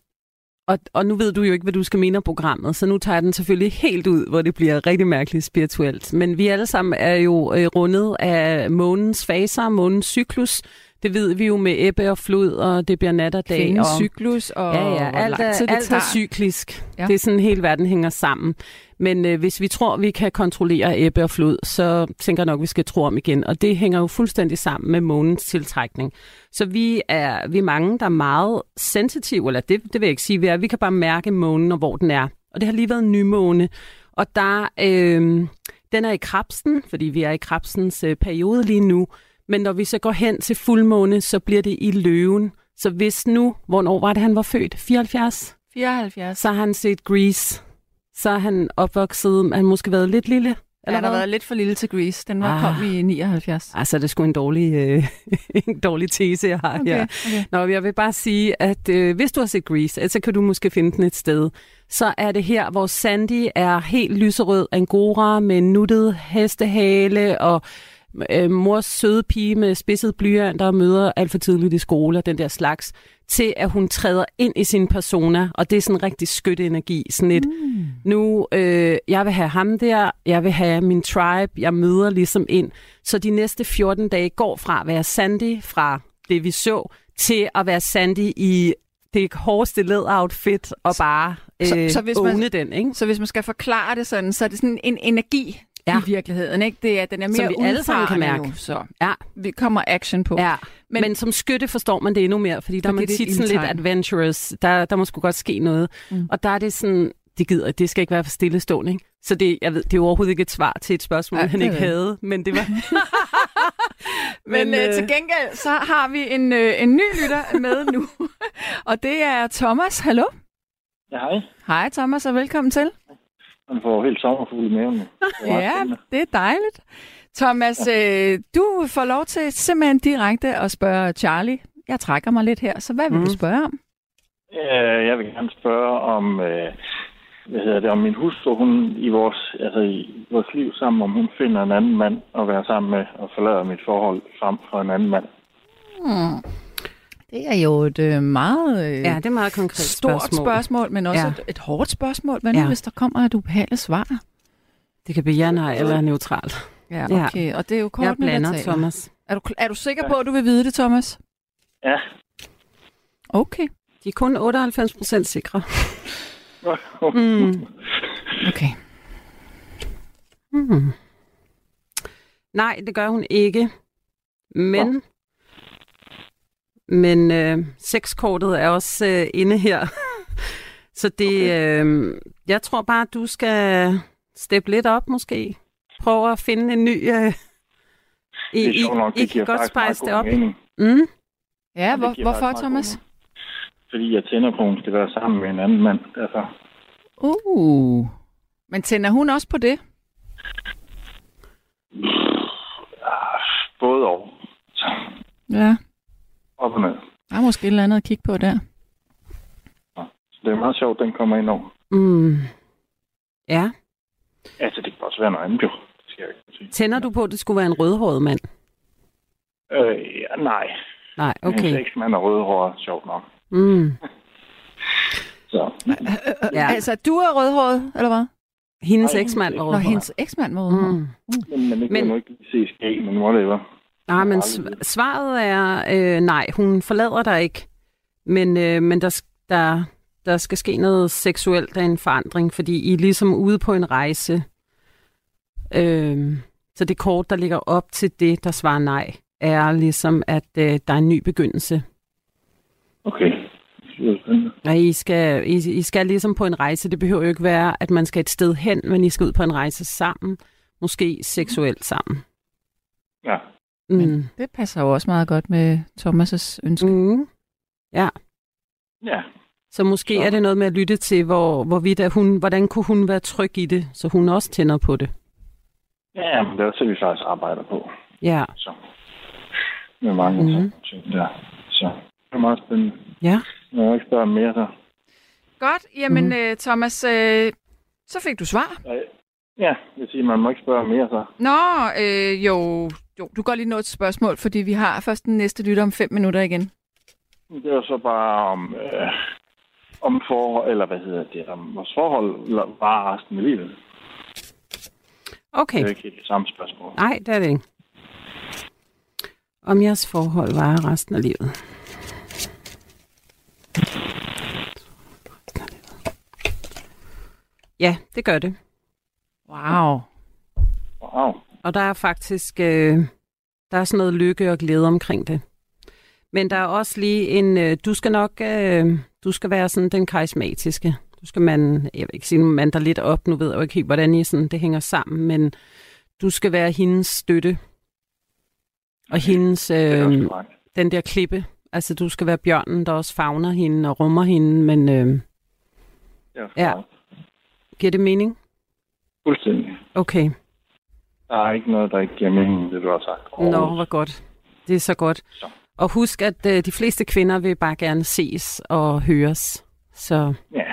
[SPEAKER 4] og, og nu ved du jo ikke, hvad du skal mene om programmet, så nu tager jeg den selvfølgelig helt ud, hvor det bliver rigtig mærkeligt spirituelt. Men vi alle sammen er jo øh, rundet af månens faser, månens cyklus. Det ved vi jo med ebbe og flod, og det bliver nat og dag.
[SPEAKER 3] Kvindens
[SPEAKER 4] og,
[SPEAKER 3] cyklus, og
[SPEAKER 4] Ja, ja,
[SPEAKER 3] hvor
[SPEAKER 4] alt,
[SPEAKER 3] lang tid
[SPEAKER 4] er,
[SPEAKER 3] det
[SPEAKER 4] alt er
[SPEAKER 3] tager.
[SPEAKER 4] cyklisk.
[SPEAKER 3] Ja.
[SPEAKER 4] Ja. Det er sådan, hele verden hænger sammen. Men øh, hvis vi tror, vi kan kontrollere ebbe og flod, så tænker jeg nok, vi skal tro om igen. Og det hænger jo fuldstændig sammen med månens tiltrækning. Så vi er, vi er mange, der er meget sensitive, eller det, det vil jeg ikke sige, vi er. Vi kan bare mærke månen og hvor den er. Og det har lige været en nymåne. Og der, øh, den er i krabsen, fordi vi er i krabsens øh, periode lige nu. Men når vi så går hen til fuldmåne, så bliver det i løven. Så hvis nu, hvornår var det, han var født? 74?
[SPEAKER 3] 74.
[SPEAKER 4] Så har han set Grease. Så er han opvokset, han måske været lidt lille.
[SPEAKER 3] Eller
[SPEAKER 4] Eller
[SPEAKER 3] ja, der har
[SPEAKER 4] hvad?
[SPEAKER 3] været lidt for lille til Grease. Den var
[SPEAKER 4] Ah.
[SPEAKER 3] ah. kommet i 79.
[SPEAKER 4] Altså, det er sgu en dårlig, øh, en dårlig tese, jeg har okay. her.
[SPEAKER 3] okay.
[SPEAKER 4] Nå, jeg vil bare sige, at øh, hvis du har set Grease, øh, så kan du måske finde den et sted. Så er det her, hvor Sandy er helt lyserød angora med nuttet hestehale og øh, mors søde pige med spidset blyant, der møder alt for tidligt i skole og den der slags, til at hun træder ind i sin persona, og det er sådan en rigtig skytte energi. Sådan et, mm. nu, øh, jeg vil have ham der, jeg vil have min tribe, jeg møder ligesom ind. Så de næste 14 dage går fra at være Sandy, fra det vi så, til at være Sandy i det hårdeste læderoutfit og bare øh,
[SPEAKER 3] så-
[SPEAKER 4] så,
[SPEAKER 3] så
[SPEAKER 4] hvis
[SPEAKER 3] hvis
[SPEAKER 4] man,
[SPEAKER 3] man-
[SPEAKER 4] den, ikke?
[SPEAKER 3] Så hvis man skal forklare det sådan, så er det sådan en energi
[SPEAKER 4] Ja.
[SPEAKER 3] ja. i virkeligheden. Ikke? Det er, den er mere
[SPEAKER 4] Som vi alle sammen kan
[SPEAKER 3] udfarende
[SPEAKER 4] mærke.
[SPEAKER 3] Nu, så
[SPEAKER 4] Ja.
[SPEAKER 3] vi kommer action på.
[SPEAKER 4] Ja, men,
[SPEAKER 3] Men-
[SPEAKER 4] men som skytte forstår man det endnu mere, fordi der er
[SPEAKER 3] Fordi
[SPEAKER 4] man
[SPEAKER 3] det er
[SPEAKER 4] tit
[SPEAKER 3] et
[SPEAKER 4] sådan lidt
[SPEAKER 3] ildtegn.
[SPEAKER 4] adventurous. Der, der må sgu godt ske noget. Mm. Og der er det sådan, det gider, det skal ikke være for stillestående. Ikke? Så det, jeg ved, det er jo overhovedet ikke et svar til et spørgsmål, Ej,
[SPEAKER 3] Ej,
[SPEAKER 4] han
[SPEAKER 3] det
[SPEAKER 4] ikke
[SPEAKER 3] ved jeg.
[SPEAKER 4] havde, men det var...
[SPEAKER 3] Men, men øh, til gengæld, så har vi en, øh, en ny lytter med nu. og det er Thomas. Hallo?
[SPEAKER 7] Ja, hej.
[SPEAKER 3] Hej Thomas, og velkommen til.
[SPEAKER 7] Man får jo helt sommerfugle i maven. Det er ret
[SPEAKER 3] Ja,
[SPEAKER 7] spændende.
[SPEAKER 3] det er dejligt. Thomas, øh, du får lov til simpelthen direkte at spørge Charlie. Jeg trækker mig lidt her, så hvad vil
[SPEAKER 4] Mm.
[SPEAKER 3] du spørge om?
[SPEAKER 7] Øh, Jeg vil gerne spørge om, øh, hvad hedder det, om min hustru, hun i vores, altså i vores liv sammen, om hun finder en anden mand at være sammen med og forlader mit forhold frem for en anden mand.
[SPEAKER 3] Det er jo et øh, meget øh,
[SPEAKER 4] Hmm. Ja, det er meget konkret
[SPEAKER 3] stort spørgsmål. spørgsmål, men også
[SPEAKER 4] Ja.
[SPEAKER 3] ja. et, et hårdt spørgsmål. Hvad nu,
[SPEAKER 4] Ja.
[SPEAKER 3] ja. hvis der kommer et ubehageligt svar?
[SPEAKER 4] Det kan blive ja, nej eller neutralt. Ja.
[SPEAKER 3] Ja, okay. Ja. Og det er jo
[SPEAKER 4] Jeg
[SPEAKER 3] kortene, der
[SPEAKER 4] blander,
[SPEAKER 3] taler.
[SPEAKER 4] Thomas.
[SPEAKER 3] Er du, er du sikker på, at du vil vide det, Thomas?
[SPEAKER 7] Ja,
[SPEAKER 3] Okay.
[SPEAKER 4] De er kun 98 procent sikre.
[SPEAKER 7] Mm.
[SPEAKER 3] Mm. Okay.
[SPEAKER 4] Hmm. Nej, det gør hun ikke. Men, oh. men øh, sexkortet er også øh, inde her. Så det, okay. øh, jeg tror bare, du skal steppe lidt op måske. Prøv at finde en ny... Øh, I,
[SPEAKER 7] det er sjovt nok,
[SPEAKER 4] I, I
[SPEAKER 7] det
[SPEAKER 4] kan
[SPEAKER 7] giver
[SPEAKER 4] godt
[SPEAKER 7] faktisk meget
[SPEAKER 4] spejse det
[SPEAKER 7] god
[SPEAKER 4] op.
[SPEAKER 7] mening.
[SPEAKER 4] Mm.
[SPEAKER 3] Ja,
[SPEAKER 7] Det
[SPEAKER 3] hvor,
[SPEAKER 7] giver
[SPEAKER 3] hvorfor,
[SPEAKER 7] faktisk meget god
[SPEAKER 3] Thomas?
[SPEAKER 7] mening. Fordi jeg tænder på, at hun skal være sammen med en anden mand. Altså,
[SPEAKER 3] Uh. Men tænder hun også på det?
[SPEAKER 7] både og.
[SPEAKER 3] Ja.
[SPEAKER 7] Op og ned.
[SPEAKER 3] Der er måske et eller andet at kigge på der.
[SPEAKER 7] Så det er meget sjovt, den kommer ind over.
[SPEAKER 4] Mm.
[SPEAKER 3] Øh,
[SPEAKER 4] Ja,
[SPEAKER 7] Altså, det kan også være noget andet, jo. Det skal jeg ikke sige.
[SPEAKER 4] tænder du på, at det skulle være en rødhåret mand?
[SPEAKER 7] Øh, ja, nej.
[SPEAKER 4] Nej,
[SPEAKER 7] Min
[SPEAKER 4] okay.
[SPEAKER 7] eksmand er rødhåret, sjovt nok.
[SPEAKER 4] Mm.
[SPEAKER 7] Så,
[SPEAKER 4] Ja.
[SPEAKER 3] Altså, du er rødhåret, eller hvad?
[SPEAKER 4] Hendes
[SPEAKER 7] Nej,
[SPEAKER 4] eksmand var
[SPEAKER 7] hendes
[SPEAKER 3] Nå,
[SPEAKER 4] rødhåret.
[SPEAKER 3] hendes eksmand var rødhåret.
[SPEAKER 4] Mm.
[SPEAKER 7] men, men det kan
[SPEAKER 4] Men-
[SPEAKER 7] men... jo ikke lige se i skæg, men whatever.
[SPEAKER 4] Nej, Ah, men
[SPEAKER 7] aldrig
[SPEAKER 4] sv-
[SPEAKER 7] vide.
[SPEAKER 4] svaret er øh, nej, hun forlader dig ikke. Men, øh, men der, sk- der, der skal ske noget seksuelt af en forandring, fordi I er ligesom ude på en rejse. Øh, så det kort, der ligger op til det, der svarer nej, er ligesom, at øh, der er en ny begyndelse.
[SPEAKER 7] Okay. Det er spændende.
[SPEAKER 4] Og I skal, I, I skal ligesom på en rejse. Det behøver jo ikke være, at man skal et sted hen, men I skal ud på en rejse sammen. Måske seksuelt sammen.
[SPEAKER 7] Ja.
[SPEAKER 4] Mm.
[SPEAKER 3] Det passer jo også meget godt med Thomas' ønske. Mm.
[SPEAKER 4] Mm.
[SPEAKER 7] Ja.
[SPEAKER 4] Så måske så.
[SPEAKER 7] Så-
[SPEAKER 4] er det noget med at lytte til, hvor, hvorvidt at hun, hvordan kunne hun være tryg i det, så hun også tænder på det.
[SPEAKER 7] Ja, men det er også det, vi faktisk arbejder på.
[SPEAKER 4] Ja,
[SPEAKER 7] Så. Med mange
[SPEAKER 4] Mhm.
[SPEAKER 7] mm-hmm. ting der. Så det er meget spændende.
[SPEAKER 4] ja.
[SPEAKER 7] Jeg må ikke spørge om mere, så.
[SPEAKER 3] Godt. Jamen, mm. øh, Thomas, øh, så fik du svar.
[SPEAKER 7] Nej. Ja, jeg vil sige, man må ikke spørge om mere, så.
[SPEAKER 3] Nå, øh, jo, jo, du går lige nå et spørgsmål, fordi vi har først den næste lytter om fem minutter igen.
[SPEAKER 7] Det var så bare om, øh, om forhold, eller hvad hedder det, om vores forhold var resten af livet. Det er
[SPEAKER 4] Okay.
[SPEAKER 7] jo ikke helt det samme spørgsmål.
[SPEAKER 4] Nej, det er det ikke. Om jeres forhold varer resten af livet. Ja, det gør det.
[SPEAKER 3] Wow.
[SPEAKER 7] Wow.
[SPEAKER 4] Og der er faktisk øh, der er sådan noget lykke og glæde omkring det. Men der er også lige en, øh, du skal nok, øh, du skal være sådan den karismatiske. Du skal man, jeg vil ikke sige, man der lidt op, nu ved jeg jo ikke helt, hvordan I sådan, det hænger sammen, men du skal være hendes støtte. Og hendes,
[SPEAKER 7] Det er
[SPEAKER 4] øh,
[SPEAKER 7] også korrekt.
[SPEAKER 4] den der klippe. Altså, du skal være bjørnen, der også favner hende og rummer hende, men øh,
[SPEAKER 7] Det var for
[SPEAKER 4] Ja.
[SPEAKER 7] langt.
[SPEAKER 4] Giver det mening?
[SPEAKER 7] Fuldstændig.
[SPEAKER 4] Okay.
[SPEAKER 7] Der er ikke noget, der ikke giver mening, det du har sagt.
[SPEAKER 4] Nå,
[SPEAKER 7] overhovedet.
[SPEAKER 4] hvor godt. Det er så godt.
[SPEAKER 7] Så.
[SPEAKER 4] Og husk, at øh, de fleste kvinder vil bare gerne ses og høres. Så,
[SPEAKER 7] Ja,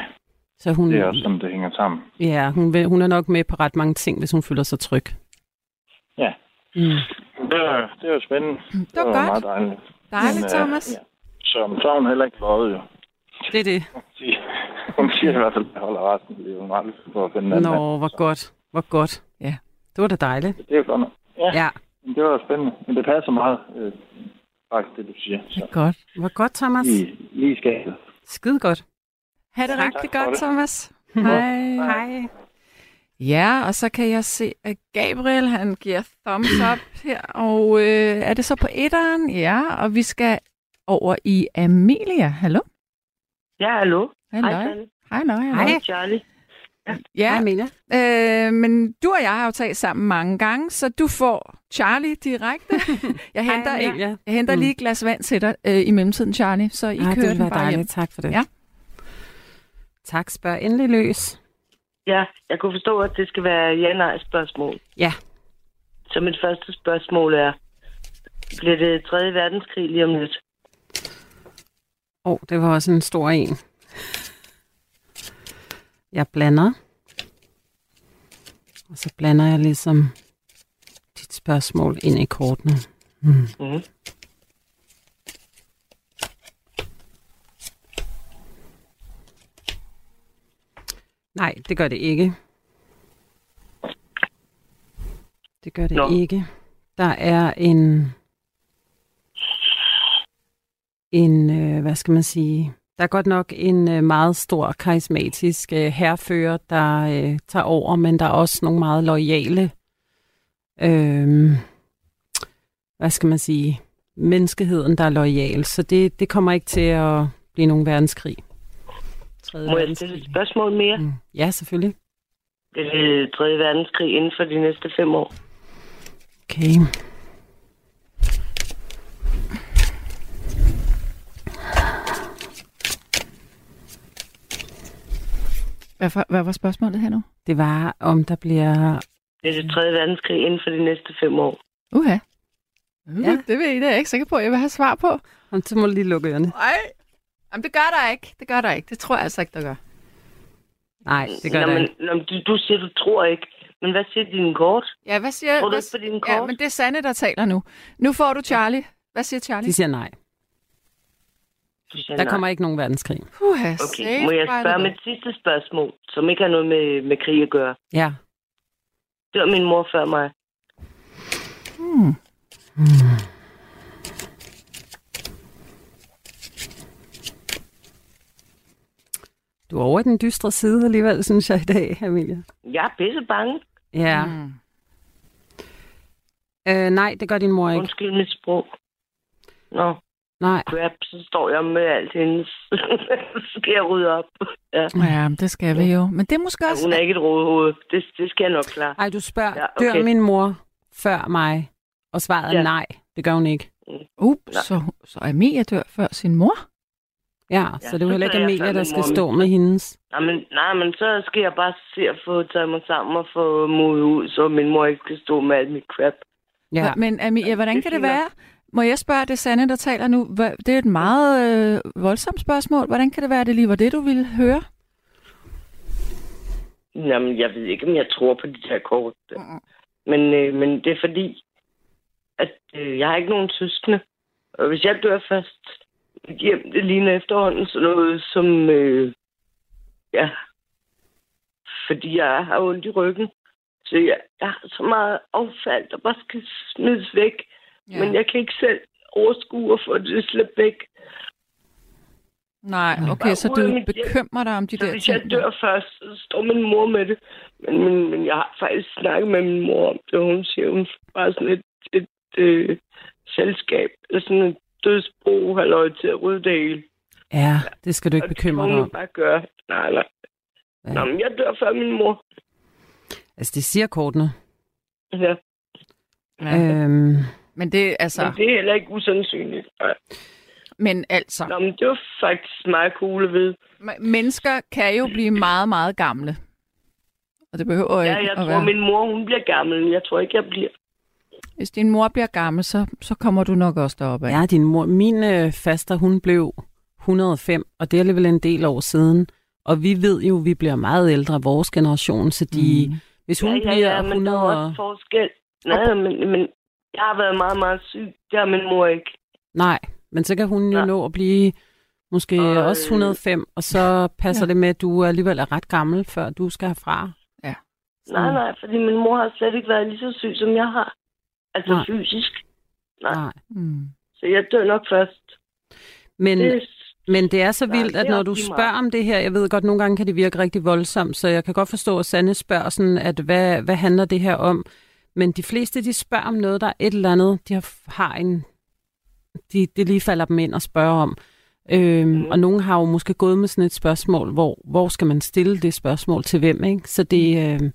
[SPEAKER 4] så hun,
[SPEAKER 7] det er også sådan, det hænger sammen.
[SPEAKER 4] ja, hun, vil, hun er nok med på ret mange ting, hvis hun føler sig tryg.
[SPEAKER 7] Ja.
[SPEAKER 4] Mm.
[SPEAKER 7] Det var, det var spændende. Det var,
[SPEAKER 3] godt.
[SPEAKER 7] meget dejligt.
[SPEAKER 3] Dejligt,
[SPEAKER 7] Men, øh,
[SPEAKER 3] Thomas.
[SPEAKER 7] ja. Så, så har hun heller ikke løjet, jo.
[SPEAKER 4] Det er det.
[SPEAKER 7] Sige- Hun siger i hvert fald, at jeg holder resten af livet. Hun har aldrig på at finde en anden mand.
[SPEAKER 4] Nå, hvor godt. Hvor godt. Ja, det var da dejligt.
[SPEAKER 7] Det er jo godt nok. Ja, ja.
[SPEAKER 4] Ja,
[SPEAKER 7] det var da spændende. Men det passer meget, øh, faktisk, det du siger. Så
[SPEAKER 3] Godt.
[SPEAKER 4] hvor godt, Thomas.
[SPEAKER 7] lige, lige i skabet.
[SPEAKER 4] Skide godt.
[SPEAKER 3] Ha' det
[SPEAKER 4] Tak.
[SPEAKER 3] rigtig
[SPEAKER 7] Tak for
[SPEAKER 3] godt,
[SPEAKER 7] det.
[SPEAKER 3] Thomas. Hej.
[SPEAKER 4] Hej.
[SPEAKER 3] Ja, og så kan jeg se, at Gabriel han giver thumbs up her, og øh, er det så på etteren? Ja, og vi skal over i Amelia. Hallo?
[SPEAKER 5] Ja, hallo.
[SPEAKER 3] Hallo.
[SPEAKER 5] Charlie.
[SPEAKER 3] Hej, Løj.
[SPEAKER 4] Hej.
[SPEAKER 5] Charlie.
[SPEAKER 4] Hej,
[SPEAKER 3] Ja,
[SPEAKER 4] Amelia.
[SPEAKER 3] øh, men du og jeg har jo talt sammen mange gange, så du får Charlie direkte. jeg henter,
[SPEAKER 4] Hej,
[SPEAKER 3] Hej,
[SPEAKER 4] Amelia.
[SPEAKER 3] jeg henter
[SPEAKER 4] Mm.
[SPEAKER 3] lige et glas vand til dig øh, i mellemtiden, Charlie, så I
[SPEAKER 4] Ej, det
[SPEAKER 3] kører
[SPEAKER 4] ville
[SPEAKER 3] den
[SPEAKER 4] være
[SPEAKER 3] bare hjem.
[SPEAKER 4] dejligt. Tak for det.
[SPEAKER 3] Ja.
[SPEAKER 4] Tak, spørg endelig løs.
[SPEAKER 5] Ja, jeg kunne forstå, at det skal være ja-nej-spørgsmål.
[SPEAKER 4] Ja.
[SPEAKER 5] Så mit første spørgsmål er, bliver det 3. verdenskrig lige om lidt?
[SPEAKER 4] Åh, oh, det var også en stor en. Jeg blander. Og så blander jeg ligesom dit spørgsmål ind i kortene.
[SPEAKER 8] Mm-hmm.
[SPEAKER 5] Mm.
[SPEAKER 4] Nej, det gør det ikke. Det gør det
[SPEAKER 5] Nå.
[SPEAKER 4] Nå. ikke. Der er en... En, øh, hvad skal man sige... Der er godt nok en øh, meget stor, karismatisk øh, herrefører, der øh, tager over, men der er også nogle meget lojale, øh, hvad skal man sige, menneskeheden, der er lojal. Så det, det kommer ikke til at blive nogen verdenskrig. Tredje
[SPEAKER 5] Må jeg stille et
[SPEAKER 4] verdenskrig.
[SPEAKER 5] spørgsmål mere?
[SPEAKER 4] Mm. Ja, selvfølgelig.
[SPEAKER 5] Bliver det 3. verdenskrig inden for de næste fem år?
[SPEAKER 4] Okay.
[SPEAKER 3] Hvad, for, hvad var spørgsmålet her nu?
[SPEAKER 4] Det var, om der bliver...
[SPEAKER 5] Bliver det 3. verdenskrig inden for de næste fem år?
[SPEAKER 3] Uha. Uh,
[SPEAKER 4] Ja.
[SPEAKER 3] Det ved I da jeg er ikke sikker på, at jeg vil have svar på.
[SPEAKER 4] Om så må du lige lukke ørerne.
[SPEAKER 3] Nej. Jamen, det gør der ikke. Det gør der ikke. Det tror jeg altså ikke, der gør.
[SPEAKER 4] Nej, det gør
[SPEAKER 5] Nå,
[SPEAKER 4] det
[SPEAKER 5] men,
[SPEAKER 4] ikke.
[SPEAKER 5] Nå, men du, du siger, du tror ikke. Men hvad siger dine kort?
[SPEAKER 3] Ja, hvad siger...
[SPEAKER 5] Tror du
[SPEAKER 3] hvad,
[SPEAKER 5] ikke på dine kort?
[SPEAKER 3] ja, men det er Sanne, der taler nu. Nu får du Charlie. Hvad siger Charlie?
[SPEAKER 4] De siger nej.
[SPEAKER 5] Du siger
[SPEAKER 4] Der
[SPEAKER 5] nej.
[SPEAKER 4] kommer ikke nogen verdenskrig.
[SPEAKER 3] Puha,
[SPEAKER 5] Okay, må jeg spørge mit sidste spørgsmål, som ikke har noget med, med krig at gøre?
[SPEAKER 4] Ja.
[SPEAKER 5] Det var min mor før mig.
[SPEAKER 3] Hmm.
[SPEAKER 4] Du er over i den dystre side alligevel, synes jeg i dag, Amelia.
[SPEAKER 5] Jeg er pisse bange.
[SPEAKER 4] Ja. Mm.
[SPEAKER 3] Mm.
[SPEAKER 4] Øh, nej, det gør din mor ikke.
[SPEAKER 5] Undskyld mit sprog. Nå,
[SPEAKER 4] Nej.
[SPEAKER 5] crap, så står jeg med alt hendes. så skal jeg rydde op. Ja.
[SPEAKER 3] Ja, men det skal vi jo. Men det er måske også...
[SPEAKER 5] Hun er ikke et rodehoved. Det, det skal jeg nok klare.
[SPEAKER 4] Ej, du spørger,
[SPEAKER 5] Ja,
[SPEAKER 4] ja,
[SPEAKER 5] okay.
[SPEAKER 4] okay. dør min mor før mig? Og svaret er
[SPEAKER 5] Ja.
[SPEAKER 4] ja. nej. Det gør hun ikke.
[SPEAKER 3] Uh, så, så Amelia dør før sin mor?
[SPEAKER 4] Ja,
[SPEAKER 5] Ja,
[SPEAKER 4] ja så det er jo
[SPEAKER 5] så
[SPEAKER 4] heller ikke
[SPEAKER 5] dør jeg
[SPEAKER 4] Amelia,
[SPEAKER 5] før
[SPEAKER 4] der
[SPEAKER 5] min
[SPEAKER 4] skal
[SPEAKER 5] mor.
[SPEAKER 4] stå med hendes.
[SPEAKER 5] Nej men, nej, men så skal jeg bare se at få taget mig sammen og få modet ud, så min mor ikke skal stå med alt mit crap.
[SPEAKER 4] Ja.
[SPEAKER 3] Men Amelia, hvordan
[SPEAKER 5] det
[SPEAKER 3] kan det
[SPEAKER 5] synes jeg.
[SPEAKER 3] være? Må jeg spørge det er Sanne, der taler nu? Hva- Det er et meget øh, voldsomt spørgsmål. Hvordan kan det være, at det lige var det, du ville høre?
[SPEAKER 5] Jamen, jeg ved ikke, om jeg tror på de her kort. Men, øh, men det er fordi, at øh, jeg har ikke nogen søskende. Og hvis jeg dør først, mit hjem, det ligner efterhånden sådan noget som... Øh, ja, fordi jeg har ondt i ryggen. Så jeg, jeg har så meget affald, der bare skal smides væk. Ja. Men jeg kan ikke selv overskue at få det slæbt væk.
[SPEAKER 3] Nej, okay,
[SPEAKER 5] Bare
[SPEAKER 3] så
[SPEAKER 5] ud af
[SPEAKER 3] du
[SPEAKER 5] mit hjem.
[SPEAKER 3] bekymrer dig om de
[SPEAKER 5] Så
[SPEAKER 3] der
[SPEAKER 5] hvis jeg
[SPEAKER 3] ting.
[SPEAKER 5] dør først, så står min mor med det. Men, men, men jeg har faktisk snakket med min mor om det. Hun siger, hun får bare sådan et, et øh, selskab, eller sådan et dødsbro, halløj til at rydde det hele.
[SPEAKER 4] Ja, det skal du ikke
[SPEAKER 5] Og det
[SPEAKER 4] bekymre
[SPEAKER 5] må
[SPEAKER 4] dig
[SPEAKER 5] hun
[SPEAKER 4] om.
[SPEAKER 5] jo bare gøre. Nej, nej.
[SPEAKER 4] Ja.
[SPEAKER 5] Nå, men jeg dør før min mor.
[SPEAKER 4] Altså, det siger kortene.
[SPEAKER 5] Ja,
[SPEAKER 3] Ja.
[SPEAKER 4] Ja. Øhm,
[SPEAKER 3] Men det,
[SPEAKER 5] så.
[SPEAKER 3] altså,
[SPEAKER 5] Men det er heller ikke usandsynligt. Nej.
[SPEAKER 3] Men altså,
[SPEAKER 5] Nå, men det var faktisk meget cool at vide.
[SPEAKER 3] m- mennesker kan jo blive meget, meget gamle. Og det behøver
[SPEAKER 5] Ja,
[SPEAKER 3] ikke
[SPEAKER 5] jeg
[SPEAKER 3] at
[SPEAKER 5] tror,
[SPEAKER 3] være.
[SPEAKER 5] min mor, hun bliver gammel. Jeg tror ikke, jeg bliver.
[SPEAKER 3] Hvis din mor bliver gammel, så, så kommer du nok også deroppe. af.
[SPEAKER 4] Ja, din mor. Min øh, faster, hun blev 105, og det er alligevel en del år siden. Og vi ved jo, vi bliver meget ældre, vores generation, så de, mm. hvis hun
[SPEAKER 5] ja, ja,
[SPEAKER 4] bliver
[SPEAKER 5] ja, men der
[SPEAKER 4] 100...
[SPEAKER 5] er jo også forskel. Nej, men, men jeg har været meget, meget syg. Det har min mor ikke.
[SPEAKER 4] Nej, men så kan hun jo
[SPEAKER 5] Nej.
[SPEAKER 4] nå at blive måske
[SPEAKER 5] Og,
[SPEAKER 4] og,
[SPEAKER 5] øh,
[SPEAKER 4] også 105, og så passer ja.
[SPEAKER 3] Ja.
[SPEAKER 4] det med, at du alligevel er ret gammel, før du skal herfra. Mm.
[SPEAKER 5] Nej, nej, fordi min mor har slet ikke været lige så syg, som jeg har. Altså
[SPEAKER 4] Nej.
[SPEAKER 5] nej. fysisk.
[SPEAKER 4] Nej.
[SPEAKER 3] Mm.
[SPEAKER 5] Så jeg dør nok først.
[SPEAKER 4] Men,
[SPEAKER 5] Det,
[SPEAKER 4] men det er så
[SPEAKER 5] Nej,
[SPEAKER 4] vildt,
[SPEAKER 5] det er
[SPEAKER 4] at når
[SPEAKER 5] også
[SPEAKER 4] du
[SPEAKER 5] lige meget.
[SPEAKER 4] spørger om det her, jeg ved godt, nogle gange kan det virke rigtig voldsomt, så jeg kan godt forstå, at Sande spørger sådan, at hvad, hvad handler det her om? Men de fleste, de spørger om noget, der er et eller andet, de har, har en... De, det lige falder dem ind og spørger om. Øhm,
[SPEAKER 5] Mhm.
[SPEAKER 4] mm. Og nogen har jo måske gået med sådan et spørgsmål, hvor, hvor skal man stille det spørgsmål til hvem, ikke? Så det... Øh,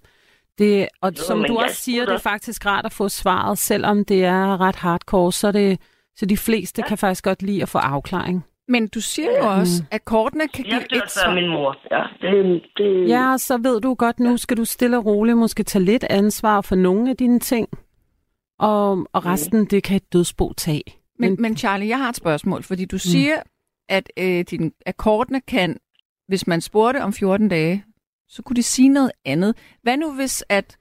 [SPEAKER 4] det og jo, som
[SPEAKER 5] Mhm. men
[SPEAKER 4] du
[SPEAKER 5] jeg
[SPEAKER 4] også siger,
[SPEAKER 5] tror
[SPEAKER 4] det er
[SPEAKER 5] da-
[SPEAKER 4] faktisk rart at få svaret, selvom det er ret hardcore, så er det... Så de fleste kan faktisk godt lide at få afklaring.
[SPEAKER 3] Men du siger jo også, at kortene kan
[SPEAKER 5] jeg
[SPEAKER 3] give
[SPEAKER 5] dør
[SPEAKER 3] et
[SPEAKER 5] før
[SPEAKER 3] svar.
[SPEAKER 5] min mor. Ja, det, det,
[SPEAKER 4] Ja, og så ved du godt, nu skal du stille og roligt måske tage lidt ansvar for nogle af dine ting, og, og
[SPEAKER 5] Mm.
[SPEAKER 4] resten, det kan et dødsbo tage.
[SPEAKER 3] Men, men Charlie, jeg har et spørgsmål, fordi
[SPEAKER 4] Mm.
[SPEAKER 3] du siger, at, øh, din, at kortene kan, hvis man spurgte om 14 dage, så kunne de sige noget andet. Hvad nu hvis, at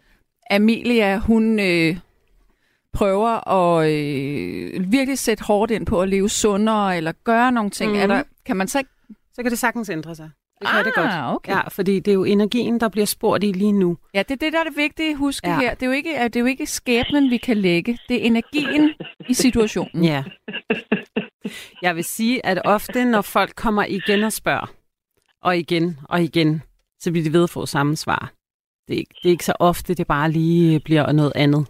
[SPEAKER 3] Amelia, hun øh, prøver at øh, virkelig sætte hårdt ind på at leve sundere, eller gøre nogle ting? Mm. Er der, kan man så ikke...
[SPEAKER 4] Så kan det sagtens ændre sig. Det
[SPEAKER 3] kan det godt. Ah, okay.
[SPEAKER 4] Ja, fordi det er jo energien, der bliver spurgt i lige nu.
[SPEAKER 3] Ja, det er det, der er det vigtige at huske ja.
[SPEAKER 4] Ja.
[SPEAKER 3] her. Det er, jo ikke, at det er jo ikke skæbnen, vi kan lægge. Det er energien i situationen.
[SPEAKER 4] Ja. Jeg vil sige, at ofte, når folk kommer igen og spørger, og igen og igen, så bliver de ved at få samme svar. Det er, ikke, det er ikke så ofte, det bare lige øh, bliver noget andet.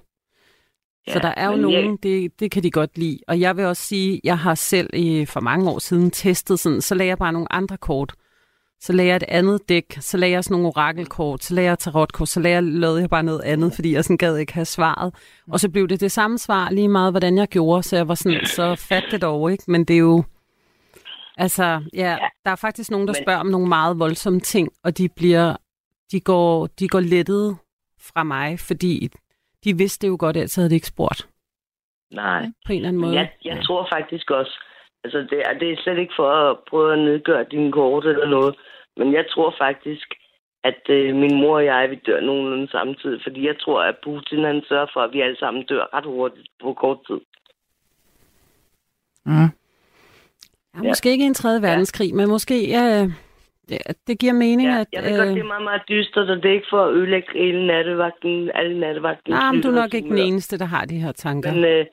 [SPEAKER 4] Ja, så der er jo
[SPEAKER 5] men jeg-
[SPEAKER 4] nogen, det, det kan de godt lide. Og jeg vil også sige, jeg har selv øh, for mange år siden testet sådan, så lagde jeg bare nogle andre kort. Så lagde jeg et andet dæk, så lagde jeg sådan nogle orakelkort, så lagde jeg tarotkort, så lagde jeg, lavede jeg bare noget andet, fordi jeg sådan gad ikke have svaret. Og så blev det det samme svar lige meget, hvordan jeg gjorde, så jeg var sådan, så fat det dog, ikke? Men det er jo... Altså, ja, der er faktisk nogen, der
[SPEAKER 5] Men-
[SPEAKER 4] spørger om nogle meget voldsomme ting, og de bliver... De går, de går lettet fra mig, fordi de vidste jo godt, ellers havde de ikke spurgt
[SPEAKER 5] Nej.
[SPEAKER 4] på en eller anden
[SPEAKER 5] Men
[SPEAKER 4] måde.
[SPEAKER 5] Jeg, jeg tror faktisk også, altså det er, det er slet ikke for at prøve at nedgøre dine kort eller noget, men jeg tror faktisk, at øh, min mor og jeg, vi dør nogenlunde samtidig, fordi jeg tror, at Putin han sørger for, at vi alle sammen dør ret hurtigt på kort tid.
[SPEAKER 3] Mm.
[SPEAKER 4] ja, måske ikke en tredje verdenskrig, men måske øh, det, det giver mening,
[SPEAKER 5] Ja,
[SPEAKER 4] at... øh,
[SPEAKER 5] jeg ved godt, det er meget, meget dystert, og det er ikke for at ødelægge hele nattevagten, alle nattevagten.
[SPEAKER 4] nej, men du er nok ikke den eneste, der har de her tanker.
[SPEAKER 5] Men, øh,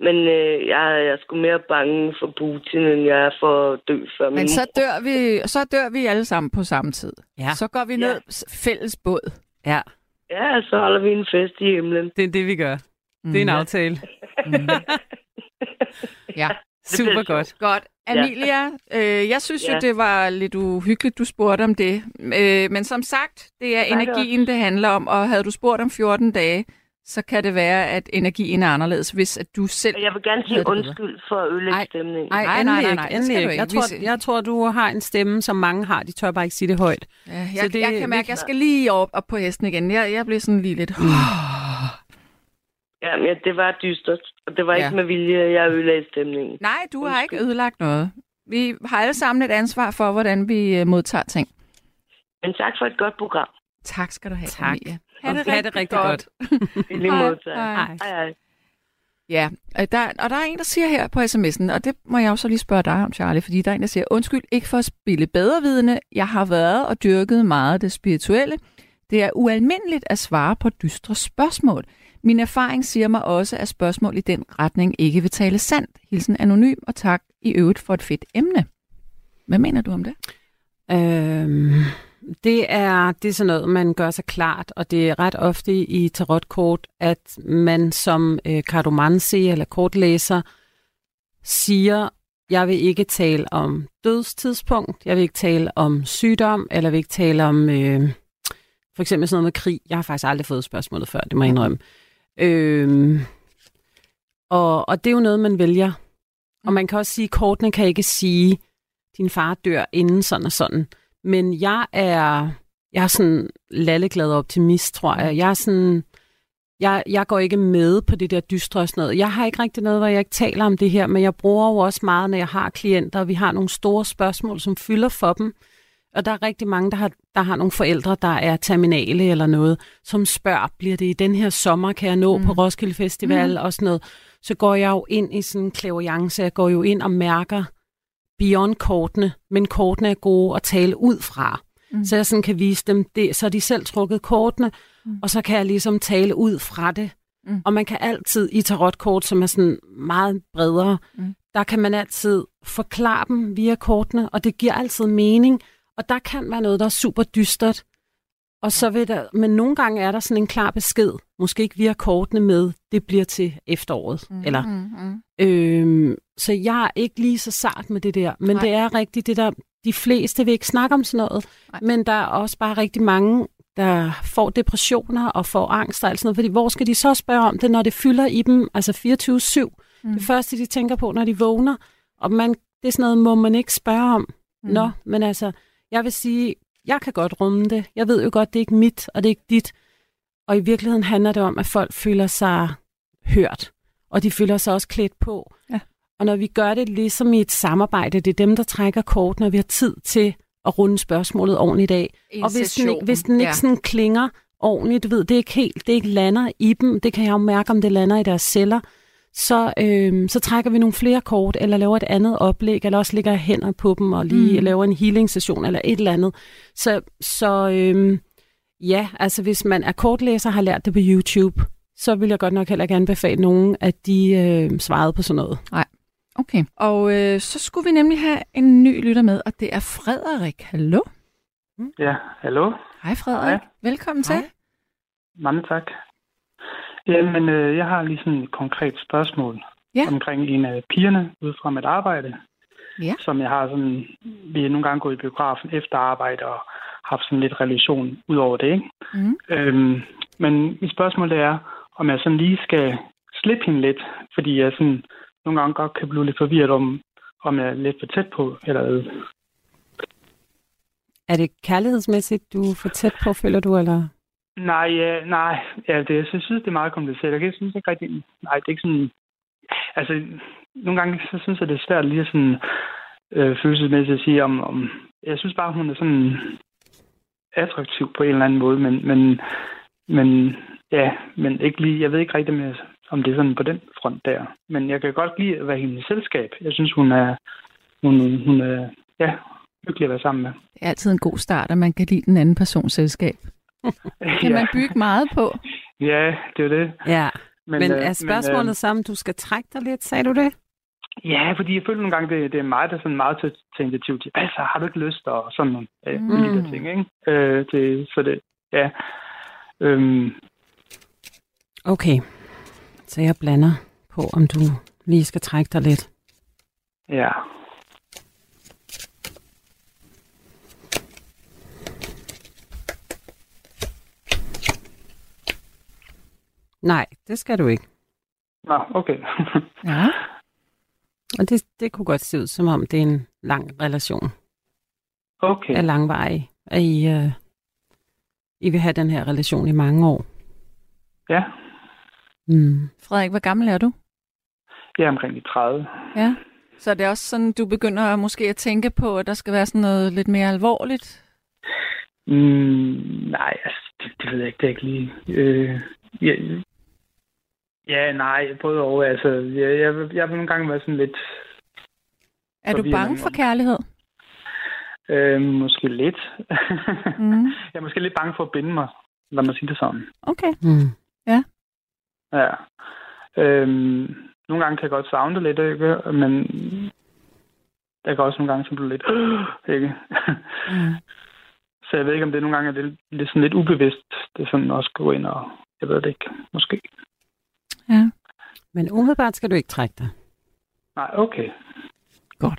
[SPEAKER 5] men øh, jeg, jeg er sgu mere bange for Putin, end jeg er for at dø før min
[SPEAKER 3] Men så
[SPEAKER 5] mor.
[SPEAKER 3] dør, vi, så dør vi alle sammen på samme tid.
[SPEAKER 4] Ja.
[SPEAKER 3] Så går vi ned ja. fælles båd.
[SPEAKER 4] Ja,
[SPEAKER 5] Ja, så holder vi en fest i himlen.
[SPEAKER 4] det er det, vi gør. Det er en aftale.
[SPEAKER 3] Ja.
[SPEAKER 4] Super godt.
[SPEAKER 3] Godt. Amelia, øh, jeg synes jo,
[SPEAKER 5] Ja.
[SPEAKER 3] det var lidt uhyggeligt, du spurgte om det. Øh, men som sagt, det er
[SPEAKER 5] det var-
[SPEAKER 3] energien, det handler om. Og havde du spurgt om 14 dage, så kan det være, at energien er anderledes, hvis at du selv...
[SPEAKER 5] Jeg vil gerne
[SPEAKER 3] Hvad
[SPEAKER 5] sige
[SPEAKER 3] er det, det
[SPEAKER 5] undskyld for at ødelægge
[SPEAKER 4] Ej,
[SPEAKER 5] stemningen.
[SPEAKER 3] ej.
[SPEAKER 4] Nej,
[SPEAKER 3] nej,
[SPEAKER 4] nej, nej,
[SPEAKER 3] nej, nej,
[SPEAKER 4] nej.
[SPEAKER 3] det skal
[SPEAKER 4] Endelig
[SPEAKER 3] du
[SPEAKER 4] ikke.
[SPEAKER 3] ikke.
[SPEAKER 4] Jeg
[SPEAKER 3] Vi
[SPEAKER 4] tror,
[SPEAKER 3] se-
[SPEAKER 4] jeg tror, du har en stemme, som mange har. De tør bare ikke sige det højt.
[SPEAKER 3] Øh, jeg,
[SPEAKER 4] så det-
[SPEAKER 3] jeg kan mærke, at jeg skal lige op, op på hesten igen. Jeg, jeg blev sådan lige lidt...
[SPEAKER 5] Ja, men ja, det var dystert, og det var
[SPEAKER 3] Ja.
[SPEAKER 5] ikke med vilje, at jeg ødelagde stemningen.
[SPEAKER 3] Nej, du har ikke ødelagt noget. Vi har alle sammen et ansvar for, hvordan vi øh, modtager ting.
[SPEAKER 5] Men tak for et godt program.
[SPEAKER 3] Tak skal du have,
[SPEAKER 4] Tak.
[SPEAKER 3] Amelia.
[SPEAKER 4] Og Ha' det rigtig godt.
[SPEAKER 5] I lige måde. tak.
[SPEAKER 3] Hej.
[SPEAKER 5] Hej, hej.
[SPEAKER 3] Ja, og der, og der er en, der siger her på sms'en, og det må jeg jo så lige spørge dig om, Charlie, fordi der er en, der siger, undskyld, ikke for at spille bedrevidende, jeg har været og dyrket meget det spirituelle. Det er ualmindeligt at svare på dystre spørgsmål. Min erfaring siger mig også, at spørgsmål i den retning ikke vil tale sandt. Hilsen anonym, og tak i øvrigt for et fedt emne. Hvad mener du om det?
[SPEAKER 4] Øhm, det, er, det er sådan noget, man gør sig klart, og det er ret ofte i tarotkort, at man som øh, kartomanse eller kortlæser siger, jeg vil ikke tale om dødstidspunkt, jeg vil ikke tale om sygdom, eller jeg vil ikke tale om øh, for eksempel sådan noget med krig. Jeg har faktisk aldrig fået spørgsmålet før, det må jeg indrømme. Øhm, og, og det er jo noget, man vælger Og man kan også sige, at kortene kan ikke sige, din far dør inden sådan og sådan. Men jeg er, jeg er sådan lalleglad og optimist, tror jeg. Jeg er sådan, jeg, jeg går ikke med på det der dystre og sådan noget. Jeg har ikke rigtig noget, hvor jeg ikke taler om det her, men jeg bruger jo også meget, når jeg har klienter, og vi har nogle store spørgsmål, som fylder for dem. Og der er rigtig mange, der har, der har nogle forældre, der er terminale eller noget, som spørger, bliver det i den her sommer, kan jeg nå mm. på Roskilde Festival mm. og sådan noget. Så går jeg jo ind i sådan en klaviance, jeg går jo ind og mærker beyond kortene, men kortene er gode at tale ud fra. Mm. Så jeg sådan kan vise dem det, så har de selv trukket kortene, mm. og så kan jeg ligesom tale ud fra det. Mm. Og man kan altid i tarotkort, som er sådan meget bredere, mm. der kan man altid forklare dem via kortene, og det giver altid mening. Og der kan være noget, der er super dystert. Og så vil der, men nogle gange er der sådan en klar besked, måske ikke via kortene med, det bliver til efteråret. Mm, eller, mm, mm. Øhm, så jeg er ikke lige så sart med det der, men Nej. det er rigtigt det der, de fleste vil ikke snakke om sådan noget, Nej. men der er også bare rigtig mange, der får depressioner og får angst og alt sådan noget, fordi hvor skal de så spørge om det, når det fylder i dem, altså 24-7. Mm. Det første, de tænker på, når de vågner, og man, det er sådan noget, må man ikke spørge om. Mm. Nå, men altså, jeg vil sige, jeg kan godt rumme det. Jeg ved jo godt, det er ikke mit, og det er ikke dit. Og i virkeligheden handler det om, at folk føler sig hørt, og de føler sig også klædt på. Ja. Og når vi gør det ligesom i et samarbejde, det er dem, der trækker kort, når vi har tid til at runde spørgsmålet ordentligt af.
[SPEAKER 3] I
[SPEAKER 4] og hvis den, ikke-
[SPEAKER 3] sessionen,
[SPEAKER 4] hvis den ikke
[SPEAKER 3] ja.
[SPEAKER 4] sådan klinger ordentligt, du ved, det er ikke helt, det ikke lander i dem, det kan jeg jo mærke, om det lander i deres celler, så, øhm, så trækker vi nogle flere kort, eller laver et andet oplæg, eller også lægger jeg hænder på dem, og lige mm. laver en healing-session, eller et eller andet. Så, så øhm, ja, altså hvis man er kortlæser og har lært det på YouTube, så vil jeg godt nok heller ikke anbefale nogen, at de øh, svarede på sådan noget.
[SPEAKER 3] Okay. Og øh, så skulle vi nemlig have en ny lytter med, og det er Frederik. Hallo.
[SPEAKER 9] Ja, hallo.
[SPEAKER 3] Hej Frederik.
[SPEAKER 9] Hej.
[SPEAKER 3] Velkommen til.
[SPEAKER 9] Hej. Mange tak. Jamen, øh, jeg har lige sådan et konkret spørgsmål
[SPEAKER 3] Ja.
[SPEAKER 9] omkring en af pigerne ude fra mit arbejde,
[SPEAKER 3] Ja.
[SPEAKER 9] som jeg har sådan... Vi er nogle gange gået i biografen efter arbejde og haft sådan lidt relation ud over det, ikke?
[SPEAKER 8] Mm-hmm.
[SPEAKER 3] Mhm.
[SPEAKER 9] Øhm, men mit spørgsmål det er, om jeg sådan lige skal slippe hende lidt, fordi jeg sådan nogle gange godt kan blive lidt forvirret om, om jeg er lidt for tæt på, eller hvad.
[SPEAKER 4] Er det kærlighedsmæssigt, du er for tæt på, føler du, eller?
[SPEAKER 9] Nej, ja, nej. Ja, det, jeg synes, det er meget kompliceret. Jeg kan- synes ikke rigtig... Nej, det er ikke sådan... Altså, nogle gange så synes jeg, det er svært lige at sådan, øh, følelsesmæssigt at sige om, om... Jeg synes bare, hun er sådan attraktiv på en eller anden måde, men, men, men ja, men ikke lige... Jeg ved ikke rigtig, om jeg- om det er sådan på den front der. Men jeg kan godt lide at være i hendes selskab. Jeg synes, hun er... Hun, hun er ja, hyggelig at være sammen med.
[SPEAKER 3] Det er altid en god start, at man kan lide den anden persons selskab. Kan
[SPEAKER 9] ja,
[SPEAKER 3] man bygge meget på?
[SPEAKER 9] ja, det er jo det.
[SPEAKER 4] Ja, men, men
[SPEAKER 9] øh,
[SPEAKER 4] er spørgsmålet men,
[SPEAKER 9] øh,
[SPEAKER 4] øh... samme, du skal trække dig lidt, sagde du det?
[SPEAKER 9] Ja, fordi jeg føler nogle gange, det, det er mig, der sådan meget til, til initiativ til, hvad så, har du ikke lyst, og sådan nogle øh,
[SPEAKER 3] Mm.
[SPEAKER 9] mm. de der ting, ikke? Øh, det, så det, ja. Øhm,
[SPEAKER 4] Okay, så jeg blander på, om du lige skal trække dig lidt.
[SPEAKER 9] ja.
[SPEAKER 4] Nej, det skal du ikke.
[SPEAKER 9] Nå, okay.
[SPEAKER 3] Ja.
[SPEAKER 4] Og det, det kunne godt se ud, som om det er en lang relation
[SPEAKER 9] okay.
[SPEAKER 4] af langvarig, at I, øh, I vil have den her relation i mange år.
[SPEAKER 9] Ja.
[SPEAKER 4] Mm.
[SPEAKER 3] Frederik, hvor gammel er du?
[SPEAKER 9] Jeg er omkring de 30.
[SPEAKER 3] Ja. Så er det også sådan, du begynder måske at tænke på, at der skal være sådan noget lidt mere alvorligt?
[SPEAKER 9] Mm, nej, altså, det, det ved jeg ikke, det er ikke lige... Øh, ja, ja, nej, både og, altså, jeg, jeg, vil- jeg vil nogle gange være sådan lidt,
[SPEAKER 3] Er du
[SPEAKER 9] Forvirring
[SPEAKER 3] bange for
[SPEAKER 9] om-
[SPEAKER 3] kærlighed?
[SPEAKER 9] øh, måske lidt.
[SPEAKER 3] Mm.
[SPEAKER 9] jeg er måske lidt bange for at binde mig, lad mig sige det sådan.
[SPEAKER 3] Okay.
[SPEAKER 4] Mm.
[SPEAKER 9] Ja. Øhm, nogle gange kan jeg godt savne det lidt, ikke? men jeg kan også nogle gange sådan blive lidt, ikke?
[SPEAKER 4] Mm.
[SPEAKER 9] Så jeg ved ikke, om det nogle gange er det, det er sådan lidt ubevidst, det sådan også går ind og, jeg ved det ikke, måske.
[SPEAKER 4] Men umiddelbart skal du ikke trække dig.
[SPEAKER 9] Nej, okay. Mm.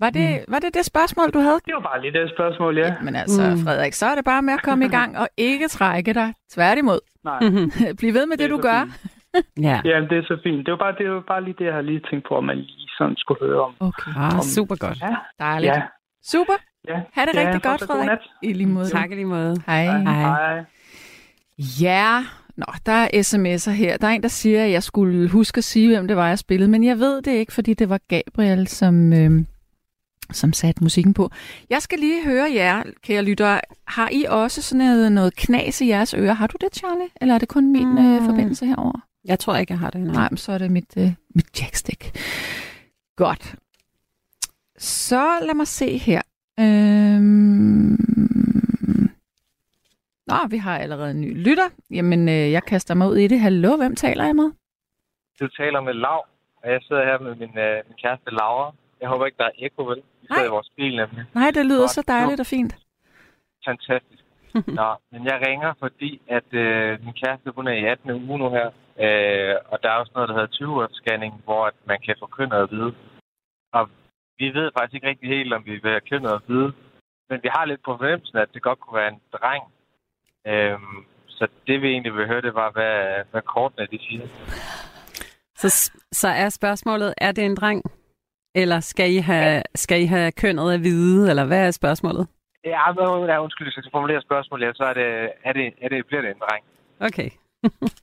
[SPEAKER 3] Var det, var det det spørgsmål, du havde?
[SPEAKER 9] Det var bare lidt af et spørgsmål, ja.
[SPEAKER 3] Men altså,
[SPEAKER 4] Mm.
[SPEAKER 3] Frederik, så er det bare med at komme i gang og ikke trække dig. Tværtimod.
[SPEAKER 9] Nej.
[SPEAKER 3] Bliv ved med det,
[SPEAKER 9] er
[SPEAKER 3] du
[SPEAKER 9] så
[SPEAKER 3] gør.
[SPEAKER 9] fint.
[SPEAKER 4] Ja.
[SPEAKER 9] Ja, det er så fint. Det var bare, det var bare lige det, jeg har lige tænkt på, om man lige sådan skulle høre om.
[SPEAKER 3] Okay,
[SPEAKER 4] Ah, super godt.
[SPEAKER 3] dejligt.
[SPEAKER 9] Ja,
[SPEAKER 3] Ja. Super.
[SPEAKER 9] ja.
[SPEAKER 3] Ha' det
[SPEAKER 9] ja,
[SPEAKER 3] rigtig godt,
[SPEAKER 9] fortsat god
[SPEAKER 3] Frederik.
[SPEAKER 9] nat.
[SPEAKER 3] I lige måde.
[SPEAKER 4] Tak i lige måde.
[SPEAKER 3] Hej.
[SPEAKER 4] Hej.
[SPEAKER 9] Hej.
[SPEAKER 3] Ja, Nå, der er sms'er her. Der er en, der siger, at jeg skulle huske at sige, hvem det var, jeg spillede, men jeg ved det ikke, fordi det var Gabriel, som, øh, som satte musikken på. Jeg skal lige høre jer, kære lyttere. Har I også sådan noget, noget knas i jeres ører? Har du det, Charlie? Eller er det kun min øh,
[SPEAKER 4] Mm.
[SPEAKER 3] forbindelse herover?
[SPEAKER 4] Jeg tror ikke, jeg har det endnu.
[SPEAKER 3] Nej, men så er det mit, øh, mit jackstick. Godt. Så lad mig se her. Øhm... Nå, vi har allerede en ny lytter. Jamen, øh, jeg kaster mig ud i det. Hallo, hvem taler jeg med?
[SPEAKER 8] Du taler med Lav, og jeg sidder her med min, øh, min kæreste Laura. Jeg håber ikke, der er ekko, vel? Vi sidder
[SPEAKER 3] Nej.
[SPEAKER 8] i vores bil nemlig.
[SPEAKER 3] Nej, det lyder
[SPEAKER 8] Godt.
[SPEAKER 3] så dejligt og fint.
[SPEAKER 8] Fantastisk. Nå, men jeg ringer, fordi at øh, min kæreste, hun er i 18. uge nu her. Øh, og der er også noget, der hedder 20-årsscanning, hvor at man kan få kønnet at vide. Og vi ved faktisk ikke rigtig helt, om vi vil have kønnet at vide. Men vi har lidt på fornemmelsen, at det godt kunne være en dreng. Øh, så det vi egentlig vil høre, det var, hvad, hvad kortene de siger.
[SPEAKER 4] Så, s- så er spørgsmålet, er det en dreng? Eller skal I have, skal I have kønnet at vide? Eller hvad er spørgsmålet?
[SPEAKER 8] Ja, ah, men, ja, undskyld, hvis jeg skal formulere spørgsmålet, her, så er det, er det, er det, bliver det en dreng?
[SPEAKER 4] Okay.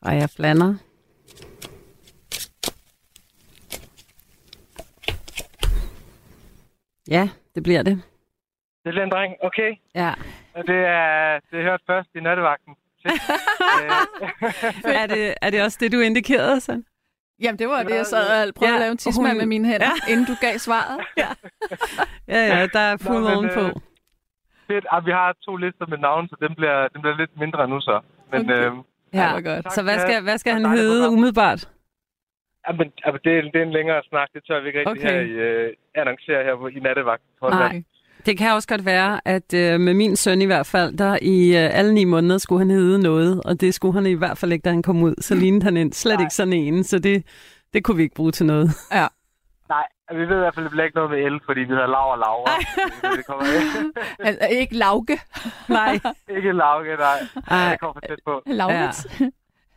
[SPEAKER 4] Og jeg blander. Ja, det bliver det.
[SPEAKER 8] Det bliver en dreng, okay.
[SPEAKER 4] Ja.
[SPEAKER 8] Og Det er, det er hørt først i nattevagten.
[SPEAKER 4] Er det, er det også det, du indikerede, så?
[SPEAKER 3] Jamen, det var det, jeg sad og prøvede ja,
[SPEAKER 4] Ja,
[SPEAKER 3] at lave en tidsmand
[SPEAKER 4] hun-
[SPEAKER 3] med mine hænder, ja. inden du gav svaret.
[SPEAKER 4] Ja, ja, der er
[SPEAKER 8] Nå,
[SPEAKER 4] fuld
[SPEAKER 8] men,
[SPEAKER 4] ovenpå.
[SPEAKER 8] øh, Fedt. Ah, vi har to lister med navne, så den bliver, den bliver lidt mindre nu så. Men, okay. øhm,
[SPEAKER 3] Ja,
[SPEAKER 4] Ja.
[SPEAKER 3] det var godt.
[SPEAKER 4] Så hvad skal, hvad skal
[SPEAKER 8] Tak,
[SPEAKER 4] han
[SPEAKER 8] dejligt
[SPEAKER 4] hedde
[SPEAKER 8] program.
[SPEAKER 4] umiddelbart?
[SPEAKER 8] ja, Ah, men, ja, men det, er, det er en længere snak, det tør vi ikke rigtig
[SPEAKER 4] Okay.
[SPEAKER 8] okay. her i, øh, annoncere her på, i nattevagten. Hold da.
[SPEAKER 4] Nej. Det kan også godt være, at øh, med min søn i hvert fald, der i øh, alle ni måneder skulle han hedde noget, og det skulle han i hvert fald ikke, da han kom ud. Så lignede han en, slet ikke sådan en, så det, det kunne vi ikke bruge til noget.
[SPEAKER 8] Nej, vi ved i hvert fald, det bliver ikke noget med L, fordi vi hedder Laura Laura. Så det kommer ikke,
[SPEAKER 3] Altså, ikke Lauke.
[SPEAKER 4] Nej.
[SPEAKER 8] ikke Lauke, nej.
[SPEAKER 4] Ej.
[SPEAKER 8] Det kommer for tæt på.
[SPEAKER 3] Laurits.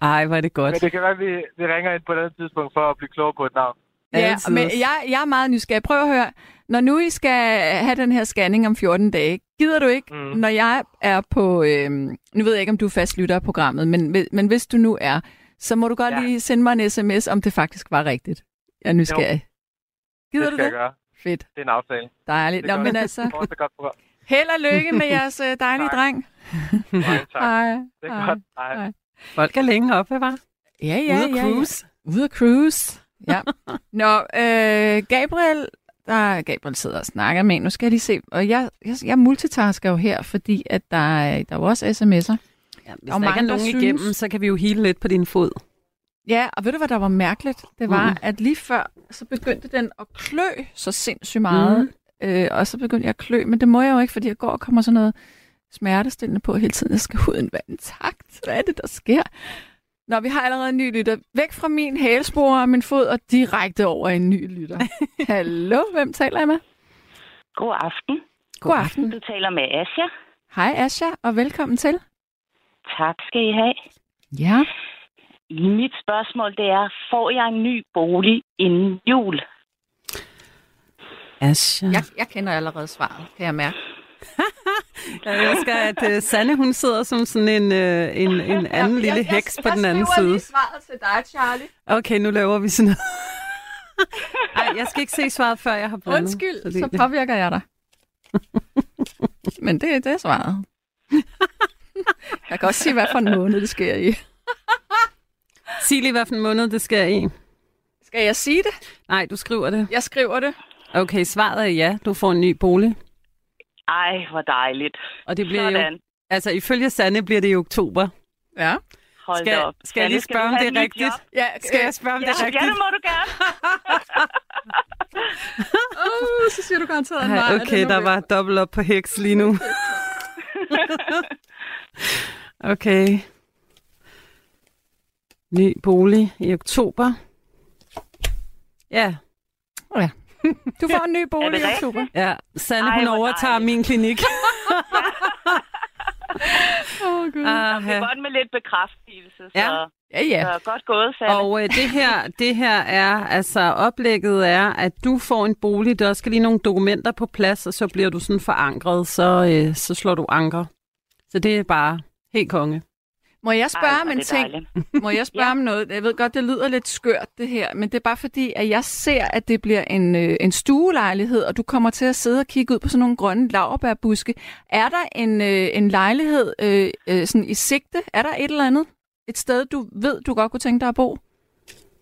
[SPEAKER 4] Ej, hvor er det godt.
[SPEAKER 8] Men det kan være, at vi, vi ringer ind på et andet tidspunkt for at blive klogere på et navn.
[SPEAKER 3] Ja,
[SPEAKER 4] Altid.
[SPEAKER 3] men jeg, jeg er meget nysgerrig. Prøv at høre. Når nu I skal have den her scanning om 14 dage, gider du ikke, mm.
[SPEAKER 8] Mm.
[SPEAKER 3] når jeg er på... Øh, nu ved jeg ikke, om du fastlytter af programmet, men, hvi- men hvis du nu er, så må du godt ja.
[SPEAKER 8] Ja.
[SPEAKER 3] lige sende mig en sms, om det faktisk var rigtigt. Jeg er nysgerrig. Jo. Gider
[SPEAKER 8] det
[SPEAKER 3] du
[SPEAKER 8] skal jeg
[SPEAKER 3] det?
[SPEAKER 8] gøre.
[SPEAKER 3] Fedt.
[SPEAKER 8] Det er en aftale.
[SPEAKER 3] Dejligt.
[SPEAKER 8] Det
[SPEAKER 3] Nå,
[SPEAKER 8] gør
[SPEAKER 3] men
[SPEAKER 8] jeg.
[SPEAKER 3] altså,
[SPEAKER 8] Fortsæt et godt program.
[SPEAKER 3] held og lykke med jeres øh, dejlige
[SPEAKER 8] Tak.
[SPEAKER 3] dreng.
[SPEAKER 8] Mange tak.
[SPEAKER 3] Hej.
[SPEAKER 8] det
[SPEAKER 3] hej.
[SPEAKER 8] er godt. Hej.
[SPEAKER 3] Hej.
[SPEAKER 4] Folk er længe oppe, var?
[SPEAKER 3] Ja, ja,
[SPEAKER 4] Ja, Ude
[SPEAKER 3] ja,
[SPEAKER 4] at
[SPEAKER 3] ja.
[SPEAKER 4] cruise.
[SPEAKER 3] Ude at cruise. Ja. Nå, øh, Gabriel, der, Gabriel sidder og snakker med en. Nu skal jeg lige se. Og jeg, jeg, jeg multitasker jo her, fordi at der, er- der er jo også sms'er.
[SPEAKER 4] Ja, hvis
[SPEAKER 3] er
[SPEAKER 4] der, der ikke
[SPEAKER 3] mange,
[SPEAKER 4] er
[SPEAKER 3] der
[SPEAKER 4] nogen
[SPEAKER 3] synes-
[SPEAKER 4] igennem, så kan vi jo hele lidt på din fod.
[SPEAKER 3] Ja, og ved du, hvad der var mærkeligt? Det var,
[SPEAKER 4] Mm.
[SPEAKER 3] mm. at lige før, så begyndte den at klø så sindssygt meget. Mm. Øh, og så begyndte jeg at klø, men det må jeg jo ikke, fordi jeg går og kommer sådan noget smertestillende på hele tiden. Jeg skal huden være intakt. Hvad er det, der sker? Nå, vi har allerede en ny lytter. Væk fra min hælespore og min fod, og direkte over i en ny lytter. Hallo, hvem taler jeg med?
[SPEAKER 10] God aften.
[SPEAKER 3] God aften.
[SPEAKER 10] Du taler med Asja.
[SPEAKER 3] Hej Asja, og velkommen til.
[SPEAKER 10] Tak skal I have.
[SPEAKER 3] Ja.
[SPEAKER 10] Mit spørgsmål det er, får jeg en ny bolig inden jul?
[SPEAKER 4] Asja.
[SPEAKER 3] Jeg, jeg kender allerede svaret, kan jeg mærke.
[SPEAKER 4] Jeg elsker, at uh, Sanne, hun sidder som sådan en, uh, en, en anden lille heks på den anden side.
[SPEAKER 3] svaret til dig, Charlie.
[SPEAKER 4] Okay, nu laver vi sådan noget. Ej, jeg skal ikke se svaret, før jeg har blandet.
[SPEAKER 3] Undskyld,
[SPEAKER 4] fordi
[SPEAKER 3] så
[SPEAKER 4] det-
[SPEAKER 3] påvirker jeg dig. Men det, det er svaret. Jeg kan også sige, hvad for en måned det sker i.
[SPEAKER 4] Sig lige, hvad for en måned det sker i.
[SPEAKER 3] Skal jeg sige det?
[SPEAKER 4] Nej, du skriver det.
[SPEAKER 3] Jeg skriver det.
[SPEAKER 4] Okay, svaret er ja, du får en ny bolig.
[SPEAKER 10] Ej, hvor dejligt.
[SPEAKER 4] Og det bliver
[SPEAKER 10] Sådan.
[SPEAKER 4] jo, altså ifølge Sanne bliver det i oktober.
[SPEAKER 3] Ja.
[SPEAKER 10] Hold da
[SPEAKER 4] Skal,
[SPEAKER 10] op.
[SPEAKER 4] skal jeg lige
[SPEAKER 10] Sanne, du
[SPEAKER 4] spørge, om
[SPEAKER 10] have
[SPEAKER 4] det
[SPEAKER 10] et
[SPEAKER 4] er
[SPEAKER 10] nyt
[SPEAKER 4] rigtigt?
[SPEAKER 10] job? Øh,
[SPEAKER 3] ja
[SPEAKER 4] Skal jeg spørge, om det
[SPEAKER 10] Ja,
[SPEAKER 4] er
[SPEAKER 10] ja,
[SPEAKER 4] rigtigt?
[SPEAKER 10] det må du gerne.
[SPEAKER 3] oh, så siger du garanteret nej.
[SPEAKER 4] Ej,
[SPEAKER 3] Er det
[SPEAKER 4] okay,
[SPEAKER 3] nu
[SPEAKER 4] der var dobbelt op på heks lige nu. okay. Ny bolig i oktober. Ja,
[SPEAKER 3] rigtigt? Du får en ny
[SPEAKER 10] Er
[SPEAKER 3] bolig
[SPEAKER 10] det
[SPEAKER 3] i oktober.
[SPEAKER 4] ja. Sanne,
[SPEAKER 10] Ej,
[SPEAKER 4] hun
[SPEAKER 10] hvor
[SPEAKER 4] overtager
[SPEAKER 10] dejligt.
[SPEAKER 4] min klinik.
[SPEAKER 3] Oh, Gud.
[SPEAKER 10] Og Det er godt med lidt bekræftelse, så,
[SPEAKER 11] Ja.
[SPEAKER 10] ja.
[SPEAKER 3] Ja, ja.
[SPEAKER 10] så godt gået, Sanne.
[SPEAKER 11] Og øh, det her, det her er, altså oplægget er, at du får en bolig, der skal lige nogle dokumenter på plads, og så bliver du sådan forankret, så, øh, så slår du anker. Så det er bare helt konge.
[SPEAKER 3] Må jeg spørge
[SPEAKER 10] Ej,
[SPEAKER 3] om
[SPEAKER 10] hvor er
[SPEAKER 3] en
[SPEAKER 10] det
[SPEAKER 3] ting?
[SPEAKER 10] dejligt.
[SPEAKER 3] Må jeg spørge
[SPEAKER 10] Ja.
[SPEAKER 3] om noget? Jeg ved godt, det lyder lidt skørt, det her, men det er bare fordi, at jeg ser, at det bliver en, øh, en stuelejlighed, og du kommer til at sidde og kigge ud på sådan nogle grønne laverbærbuske. Er der en, øh, en lejlighed øh, øh, sådan i sigte? Er der et eller andet? Et sted, du ved, du godt kunne tænke dig at bo?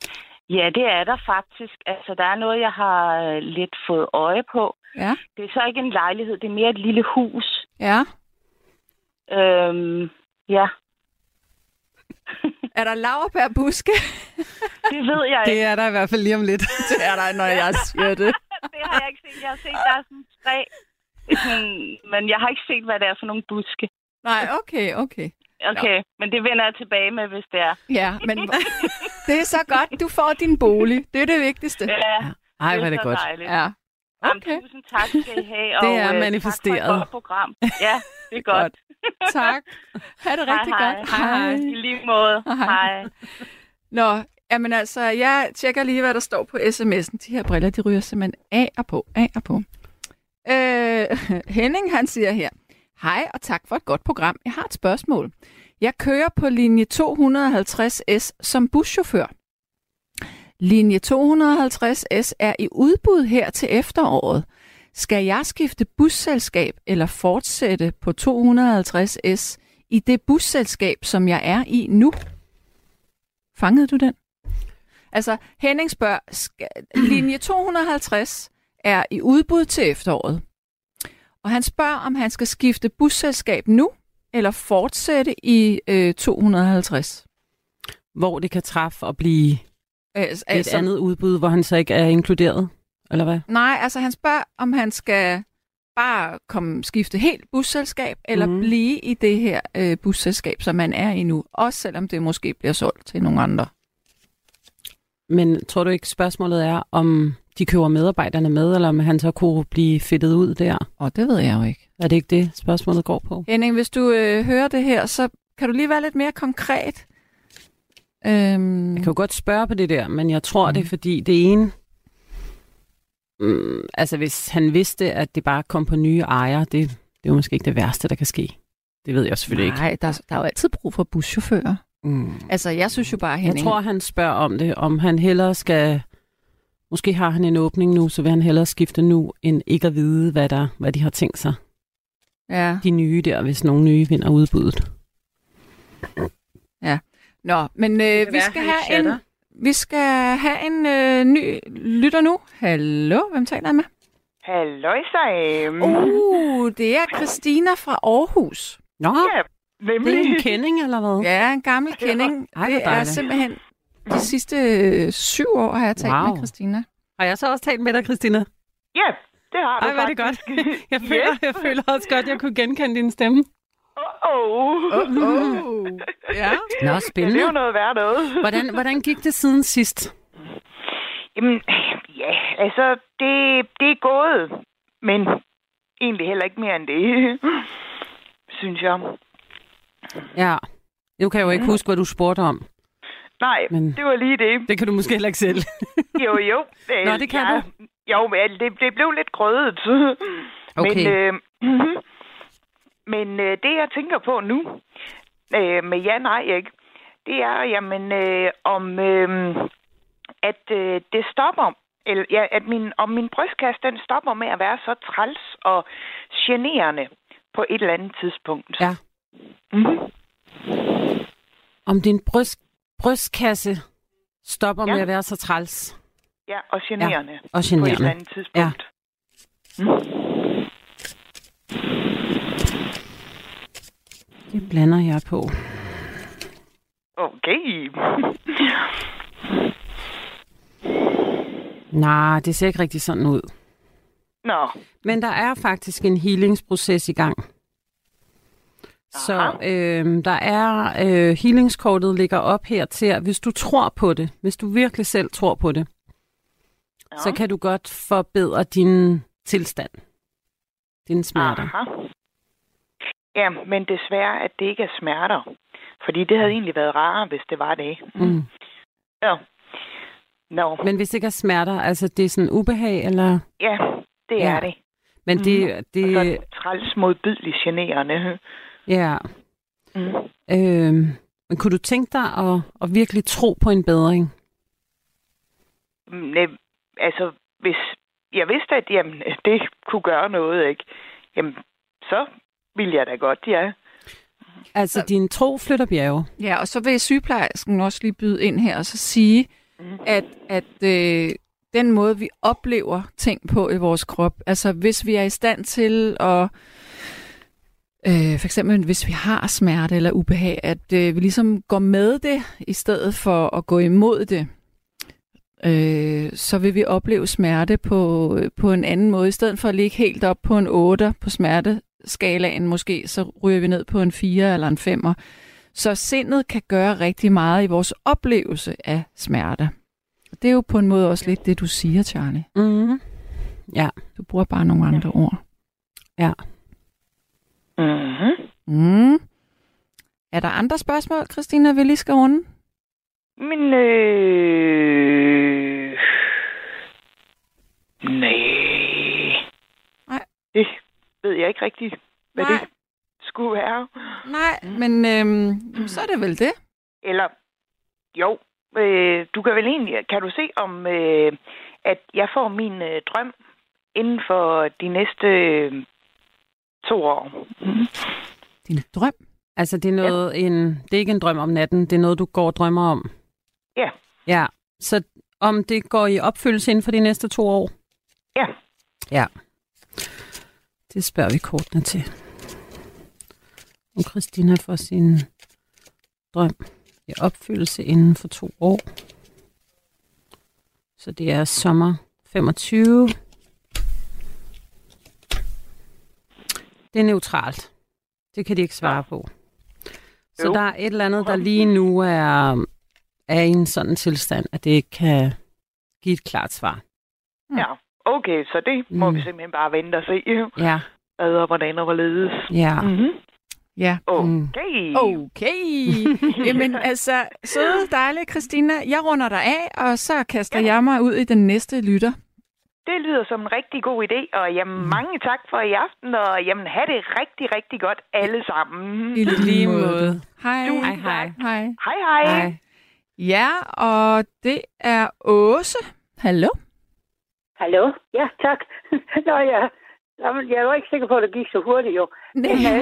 [SPEAKER 10] Ja, det er der faktisk. Altså, der er noget, jeg har øh, lidt fået øje på.
[SPEAKER 3] Ja.
[SPEAKER 10] Det er så ikke en lejlighed, det er mere et lille hus.
[SPEAKER 3] Ja.
[SPEAKER 10] Øhm, ja,
[SPEAKER 3] Er der laverbærbuske?
[SPEAKER 10] det ved jeg ikke.
[SPEAKER 11] Det er der i hvert fald lige om lidt.
[SPEAKER 3] det er der, når jeg siger det.
[SPEAKER 10] Det har jeg ikke set. Jeg har set, der er sådan tre. Sådan, men jeg har ikke set, hvad det er for nogle buske.
[SPEAKER 3] Nej, okay, okay.
[SPEAKER 10] Okay, men det vender jeg tilbage med, hvis det er.
[SPEAKER 3] Ja, men det er så godt, du får din bolig. Det er det vigtigste.
[SPEAKER 10] Ja,
[SPEAKER 11] Ej, hvor er det
[SPEAKER 10] så
[SPEAKER 11] godt.
[SPEAKER 10] Dejligt.
[SPEAKER 3] Ja.
[SPEAKER 10] Jamen,
[SPEAKER 3] Okay.
[SPEAKER 10] tusind tak skal I have. Og,
[SPEAKER 11] Det er
[SPEAKER 10] øh, Tak for
[SPEAKER 11] manifesteret.
[SPEAKER 10] et godt program. Ja, det er godt.
[SPEAKER 3] Tak. Ha' det rigtig
[SPEAKER 10] hej,
[SPEAKER 3] godt.
[SPEAKER 10] Hej, hej. I lige måde.
[SPEAKER 3] Hej.
[SPEAKER 10] hej.
[SPEAKER 3] Nå, jamen altså, jeg tjekker lige, hvad der står på sms'en. De her briller, de ryger simpelthen af og på, af og på. Øh, Henning, han siger her, Hej og tak for et godt program. Jeg har et spørgsmål. Jeg kører på linje 250S som buschauffør. Linje 250S er i udbud her til efteråret. Skal jeg skifte busselskab eller fortsætte på 250S i det busselskab, som jeg er i nu? Fangede du den? Altså, Henning spørger, skal, linje 250 er i udbud til efteråret. Og han spørger, om han skal skifte busselskab nu, eller fortsætte i øh, 250.
[SPEAKER 4] Hvor det kan træffe og blive
[SPEAKER 3] Øh,
[SPEAKER 4] et andet udbud, hvor han så ikke er inkluderet, eller hvad?
[SPEAKER 3] Nej, altså han spørger, om han skal bare komme skifte helt busselskab, eller
[SPEAKER 4] Mhm.
[SPEAKER 3] mm. blive i det her øh, busselskab, som man er i nu. Også selvom det måske bliver solgt til nogle andre.
[SPEAKER 4] Men tror du ikke, spørgsmålet er, om de køber medarbejderne med, eller om han så kunne blive fedtet ud der?
[SPEAKER 3] Og det ved jeg jo ikke.
[SPEAKER 4] Er det ikke det, spørgsmålet går på?
[SPEAKER 3] Henning, hvis du øh, hører det her, så kan du lige være lidt mere konkret. Øhm,
[SPEAKER 4] Jeg kan jo godt spørge på det der, men jeg tror, det er fordi det ene... Mm, altså, hvis han vidste, at det bare kom på nye ejere, det, det er jo måske ikke det værste, der kan ske. Det ved jeg selvfølgelig ikke.
[SPEAKER 3] Nej, der, er- der er jo altid brug for buschauffører.
[SPEAKER 4] Mm.
[SPEAKER 3] Altså, jeg synes jo bare,
[SPEAKER 4] Jeg
[SPEAKER 3] Henning...
[SPEAKER 4] tror, han spørger om det, om han hellere skal... Måske har han en åbning nu, så vil han hellere skifte nu, end ikke at vide, hvad, der, hvad de har tænkt sig.
[SPEAKER 3] Ja.
[SPEAKER 4] De nye der, hvis nogle nye vinder udbuddet.
[SPEAKER 3] Nå, men øh, vi, skal have en, vi skal have en øh, ny lytter nu. Hallo, hvem taler jeg med?
[SPEAKER 12] Halløj, Sam.
[SPEAKER 3] Uh, det er Christina fra Aarhus.
[SPEAKER 4] Nå,
[SPEAKER 12] Ja,
[SPEAKER 4] det
[SPEAKER 12] nemlig.
[SPEAKER 4] er en kending, eller hvad?
[SPEAKER 3] Ja, en gammel kending.
[SPEAKER 4] Ej, hvor
[SPEAKER 3] det er
[SPEAKER 4] dejligt.
[SPEAKER 3] simpelthen de sidste øh, syv år, har jeg talt
[SPEAKER 4] Wow.
[SPEAKER 3] med Christina.
[SPEAKER 11] Har jeg så også talt med dig, Christina?
[SPEAKER 12] Ja, det har du
[SPEAKER 11] Ej, hvor er det godt.
[SPEAKER 12] faktisk.
[SPEAKER 11] Jeg føler,
[SPEAKER 12] Yes.
[SPEAKER 11] jeg føler også godt, jeg kunne genkende din stemme.
[SPEAKER 12] Åh, oh,
[SPEAKER 3] Oh, ja.
[SPEAKER 4] Nå,
[SPEAKER 12] ja, det er jo
[SPEAKER 4] spændende.
[SPEAKER 12] noget værd noget.
[SPEAKER 4] Hvordan, hvordan gik det siden sidst?
[SPEAKER 12] Jamen, ja, altså, det, det er gået. Men egentlig heller ikke mere end det, synes jeg.
[SPEAKER 4] Ja. Nu kan jeg jo ikke huske, hvad du spurgte om.
[SPEAKER 12] Nej,
[SPEAKER 4] Men-
[SPEAKER 12] men... det var lige det.
[SPEAKER 4] Det kan du måske heller ikke selv.
[SPEAKER 12] Jo, jo. Øh,
[SPEAKER 4] Nå, det kan
[SPEAKER 12] jeg, du. Jo, men altså, det, det blev lidt grødet. Men,
[SPEAKER 4] Okay.
[SPEAKER 12] øh, mhm. men øh, det, jeg tænker på nu, øh, med ja, nej, ikke, det er, jamen, øh, om øh, at øh, det stopper, eller, ja, at min, om min brystkasse, den stopper med at være så træls og generende på et eller andet tidspunkt.
[SPEAKER 4] Ja.
[SPEAKER 12] Mm-hmm.
[SPEAKER 4] Om din bryst, brystkasse stopper ja.
[SPEAKER 12] Ja.
[SPEAKER 4] med at være så træls
[SPEAKER 12] ja, og generende ja,
[SPEAKER 4] og
[SPEAKER 12] på et eller
[SPEAKER 4] generende.
[SPEAKER 12] andet tidspunkt.
[SPEAKER 4] Det blander jeg på.
[SPEAKER 12] Okay.
[SPEAKER 4] Nej, det ser ikke rigtig sådan ud.
[SPEAKER 12] Nå,
[SPEAKER 4] Men der er faktisk en healingsproces i gang. Så øh, der er, øh, healingskortet ligger op her til, at hvis du tror på det, hvis du virkelig selv tror på det, ja. så kan du godt forbedre din tilstand, dine smerter.
[SPEAKER 12] Aha. Ja, men desværre, at det ikke er smerter. Fordi det havde egentlig været rarere, hvis det var det.
[SPEAKER 4] Mm.
[SPEAKER 12] Ja. No.
[SPEAKER 4] Men hvis det ikke er smerter, altså det er sådan ubehag, eller?
[SPEAKER 12] Ja, det
[SPEAKER 4] Ja.
[SPEAKER 12] er det. Mm.
[SPEAKER 4] Men det,
[SPEAKER 12] Og
[SPEAKER 4] det,
[SPEAKER 12] så er det træls modbydeligt generende.
[SPEAKER 4] ja.
[SPEAKER 12] Mm.
[SPEAKER 4] Øhm, men kunne du tænke dig at, at virkelig tro på en bedring?
[SPEAKER 12] Nej, Mm, altså, hvis jeg vidste, at jamen, det kunne gøre noget, ikke? Jamen, så ville jeg da godt, ja.
[SPEAKER 4] Altså, din tro flytter bjerge.
[SPEAKER 3] Ja, og så vil sygeplejersken også lige byde ind her og så sige, at, at øh, den måde, vi oplever ting på i vores krop, altså hvis vi er i stand til at, øh, for eksempel hvis vi har smerte eller ubehag, at øh, vi ligesom går med det, i stedet for at gå imod det, øh, så vil vi opleve smerte på, på en anden måde. I stedet for at ligge helt op på en 8 på smerteskalaen måske, så ryger vi ned på en 4 eller en 5. Så sindet kan gøre rigtig meget i vores oplevelse af smerte. Og Det er jo på en måde også lidt det, du siger, Charlie.
[SPEAKER 4] Mm. Ja.
[SPEAKER 3] Du bruger bare nogle andre ord.
[SPEAKER 4] Ja.
[SPEAKER 12] Mm-hmm.
[SPEAKER 3] Mm. Er der andre spørgsmål, Christina, vi lige skal runde?
[SPEAKER 12] Men øh... Nej.
[SPEAKER 3] Nej.
[SPEAKER 12] Det ved jeg ikke rigtigt, hvad Nej. det skulle være.
[SPEAKER 3] Nej, men øhm, så er det vel det.
[SPEAKER 12] Eller, jo, øh, du kan vel egentlig, kan du se om, øh, at jeg får min øh, drøm inden for de næste øh, to år?
[SPEAKER 3] Mm. Din drøm?
[SPEAKER 4] Altså, det er, noget, ja. en, det er ikke en drøm om natten, det er noget, du går og drømmer om.
[SPEAKER 12] Ja,
[SPEAKER 4] Ja, så om det går i opfyldelse inden for de næste to år?
[SPEAKER 12] Ja.
[SPEAKER 4] Ja. Det spørger vi kortene til. Nu Christina får sin drøm i opfyldelse inden for to år. Så det er sommer 25. Det er neutralt. Det kan de ikke svare på. Så
[SPEAKER 13] Jo.
[SPEAKER 4] der er et eller andet, der lige nu er, er i en sådan tilstand, at det ikke kan give et klart svar.
[SPEAKER 3] Mm.
[SPEAKER 12] ja. Okay, så det må
[SPEAKER 4] Mm.
[SPEAKER 12] vi simpelthen bare vente og se.
[SPEAKER 4] Ja,
[SPEAKER 12] Hvad og hvordan og hvorledes.
[SPEAKER 4] ja.
[SPEAKER 12] Mm-hmm.
[SPEAKER 3] Ja.
[SPEAKER 12] Okay.
[SPEAKER 3] Okay. Jamen altså, søde, dejlige Christina, jeg runder dig af, og så kaster ja. jeg mig ud i den næste lytter.
[SPEAKER 12] Det lyder som en rigtig god idé, og jamen,
[SPEAKER 3] Mm.
[SPEAKER 12] mange tak for i aften, og jamen, have det rigtig, rigtig godt alle sammen.
[SPEAKER 3] I lige måde. Hej.
[SPEAKER 12] Tusind Hej, hej. tak.
[SPEAKER 3] Hej.
[SPEAKER 12] Hej, hej. hej.
[SPEAKER 3] Ja, og det er Åse. Hallo.
[SPEAKER 6] Hallo? Ja, tak. Nå, ja. Jamen, jeg var ikke sikker på, at det gik så hurtigt, jo. øh,
[SPEAKER 3] Nej.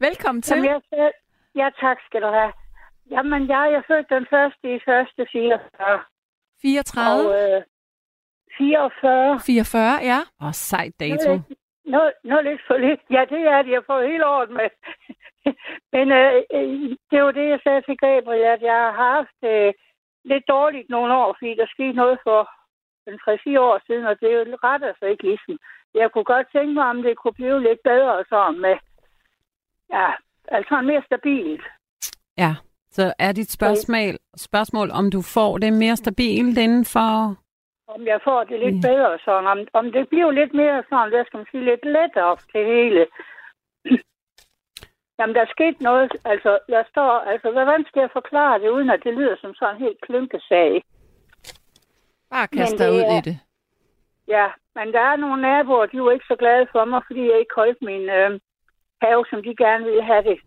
[SPEAKER 3] Velkommen til.
[SPEAKER 6] Jamen, jeg selv... Ja, tak skal du have. Jamen, jeg er født den første i første 44.
[SPEAKER 3] 34.
[SPEAKER 6] Og, øh, 44.
[SPEAKER 3] 44, ja.
[SPEAKER 4] Åh, sej
[SPEAKER 6] Nå,
[SPEAKER 4] dato.
[SPEAKER 6] lidt- Nå, nå, lidt for lidt. Ja, det er det. Jeg får hele året med. Men øh, øh, det var det, jeg sagde til Gabriel, at jeg har haft øh, lidt dårligt nogle år, fordi der skete noget for en 3-4 år siden, og det retter sig ikke ligesom. Jeg kunne godt tænke mig, om det kunne blive lidt bedre og sådan med, ja, altså mere stabilt.
[SPEAKER 4] Ja, så er dit spørgsmål, spørgsmål om du får det mere stabilt inden for...
[SPEAKER 6] Om jeg får det
[SPEAKER 3] Mm.
[SPEAKER 6] lidt bedre og sådan, om, om det bliver lidt mere sådan, hvad skal man sige, lidt lettere til hele. Jamen, der skete noget, altså, jeg står, altså, hvordan skal jeg forklare det, uden at det lyder som sådan en helt klunkesag?
[SPEAKER 3] Bare
[SPEAKER 6] Men
[SPEAKER 3] kast dig
[SPEAKER 6] det
[SPEAKER 3] ud
[SPEAKER 6] er-
[SPEAKER 3] i det.
[SPEAKER 6] Ja, men der er nogle naboer, de var ikke så glade for mig, fordi jeg ikke holdt min øh, have, som de gerne ville have det.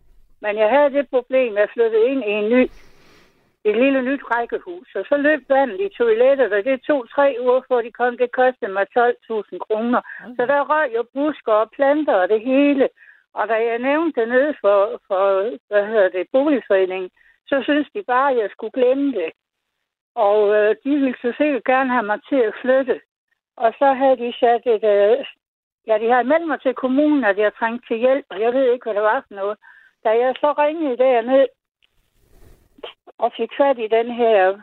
[SPEAKER 6] Men jeg havde det problem, at jeg flyttede ind i en ny, et lille nyt rækkehus, og så løb vandet i toilettet, og det tog tre uger, før de kom. Det kostede mig 12.000 kroner. Så der røg jo busker og planter og det hele. Og da jeg nævnte det nede for, for hvad hedder det, boligforeningen, så synes de bare, at jeg skulle glemme det. Og øh, de ville så sikkert gerne have mig til at flytte. Og så havde de sat et... Øh, ja, de havde meldt mig til kommunen, at jeg trængte til hjælp, og jeg ved ikke, hvad det var for noget. Da jeg så ringede derned og fik fat i den her...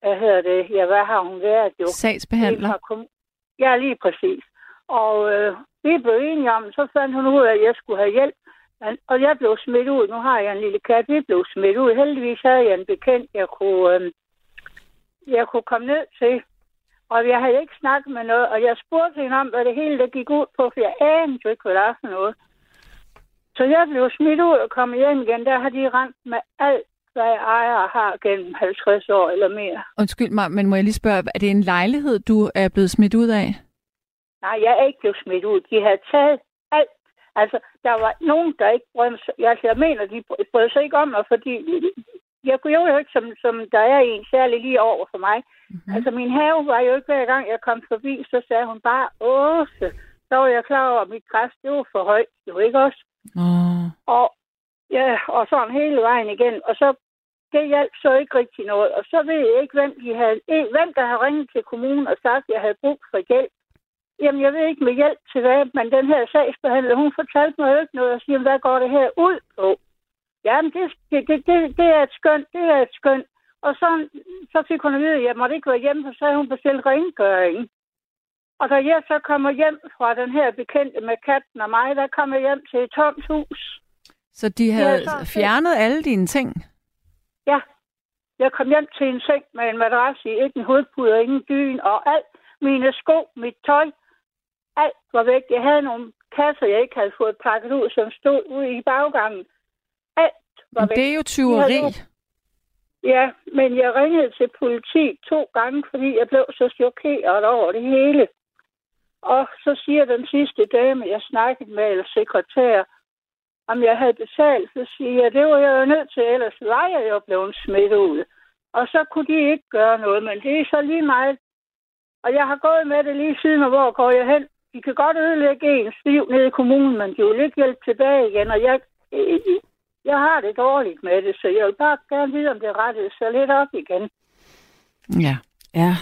[SPEAKER 6] Hvad hedder det? Ja, hvad har hun været jo?
[SPEAKER 3] Sagsbehandler.
[SPEAKER 6] En fra kommu- Ja, lige præcis. Og øh, vi blev enige om, så fandt hun ud af, at jeg skulle have hjælp. Men, og jeg blev smidt ud. Nu har jeg en lille kat. Vi blev smidt ud. Heldigvis havde jeg en bekendt, jeg kunne, øh, jeg kunne komme ned til. Og jeg havde ikke snakket med noget, og jeg spurgte hende om, hvad det hele der gik ud på, for jeg anede jo ikke, hvad det var for noget. Så jeg blev smidt ud og kom hjem igen. Der har de rent med alt, hvad jeg ejer og har gennem 50 år eller mere.
[SPEAKER 3] Undskyld mig, men må jeg lige spørge, er det en lejlighed, du er blevet smidt ud af?
[SPEAKER 6] Nej, jeg er ikke blevet smidt ud. De havde taget alt. Altså, der var nogen, der ikke brød sig. Altså, jeg mener, de brød sig ikke om mig, fordi jeg kunne jo ikke, som, som der er en særlig lige over for mig. Mm-hmm. Altså, min have var jo ikke hver gang, jeg kom forbi, så sagde hun bare, Åse, så var jeg klar over, at mit græs, det var for højt, jo ikke også?
[SPEAKER 3] Oh.
[SPEAKER 6] Og, ja, og sådan hele vejen igen. Og så, det hjalp så ikke rigtig noget. Og så ved jeg ikke, hvem, de havde, hvem der havde ringet til kommunen og sagt, at jeg havde brug for hjælp. Jamen, jeg ved ikke med hjælp til hvad, men den her sagsbehandler, hun fortalte mig jo ikke noget og siger, hvad går det her ud på? Jamen, det, det, det, det er et skønt, det er et skønt. Og så, så fik hun at vide, at jeg måtte ikke være hjemme, for så havde hun bestilt rengøring. Og da jeg så kommer hjem fra den her bekendte med katten og mig, der kommer jeg hjem til et tomt hus.
[SPEAKER 3] Så de havde
[SPEAKER 6] sådan set-
[SPEAKER 3] fjernet alle dine ting?
[SPEAKER 6] Ja, jeg kom hjem til en seng med en madras i, ikke en hovedpude og ingen dyn, og alt, mine sko, mit tøj, alt var væk. Jeg havde nogle kasser, jeg ikke havde fået pakket ud, som stod ude i baggangen. Alt var
[SPEAKER 3] Men
[SPEAKER 6] væk.
[SPEAKER 3] det er jo
[SPEAKER 6] De havde
[SPEAKER 3] tyveri.
[SPEAKER 6] låst- Ja, men jeg ringede til politi to gange, fordi jeg blev så chokeret over det hele. Og så siger den sidste dame, jeg snakkede med, eller sekretær, om jeg havde betalt, så siger jeg, det var jeg jo nødt til, ellers var jeg jo blevet smidt ud. Og så kunne de ikke gøre noget, men det er så lige meget. Og jeg har gået med det lige siden, og hvor går jeg hen? De kan godt ødelægge ens liv nede i kommunen, men de vil ikke hjælpe tilbage igen, og jeg, jeg har det dårligt med det, så jeg vil bare gerne vide, om det rettede sig lidt op igen,
[SPEAKER 3] Ja. Ja.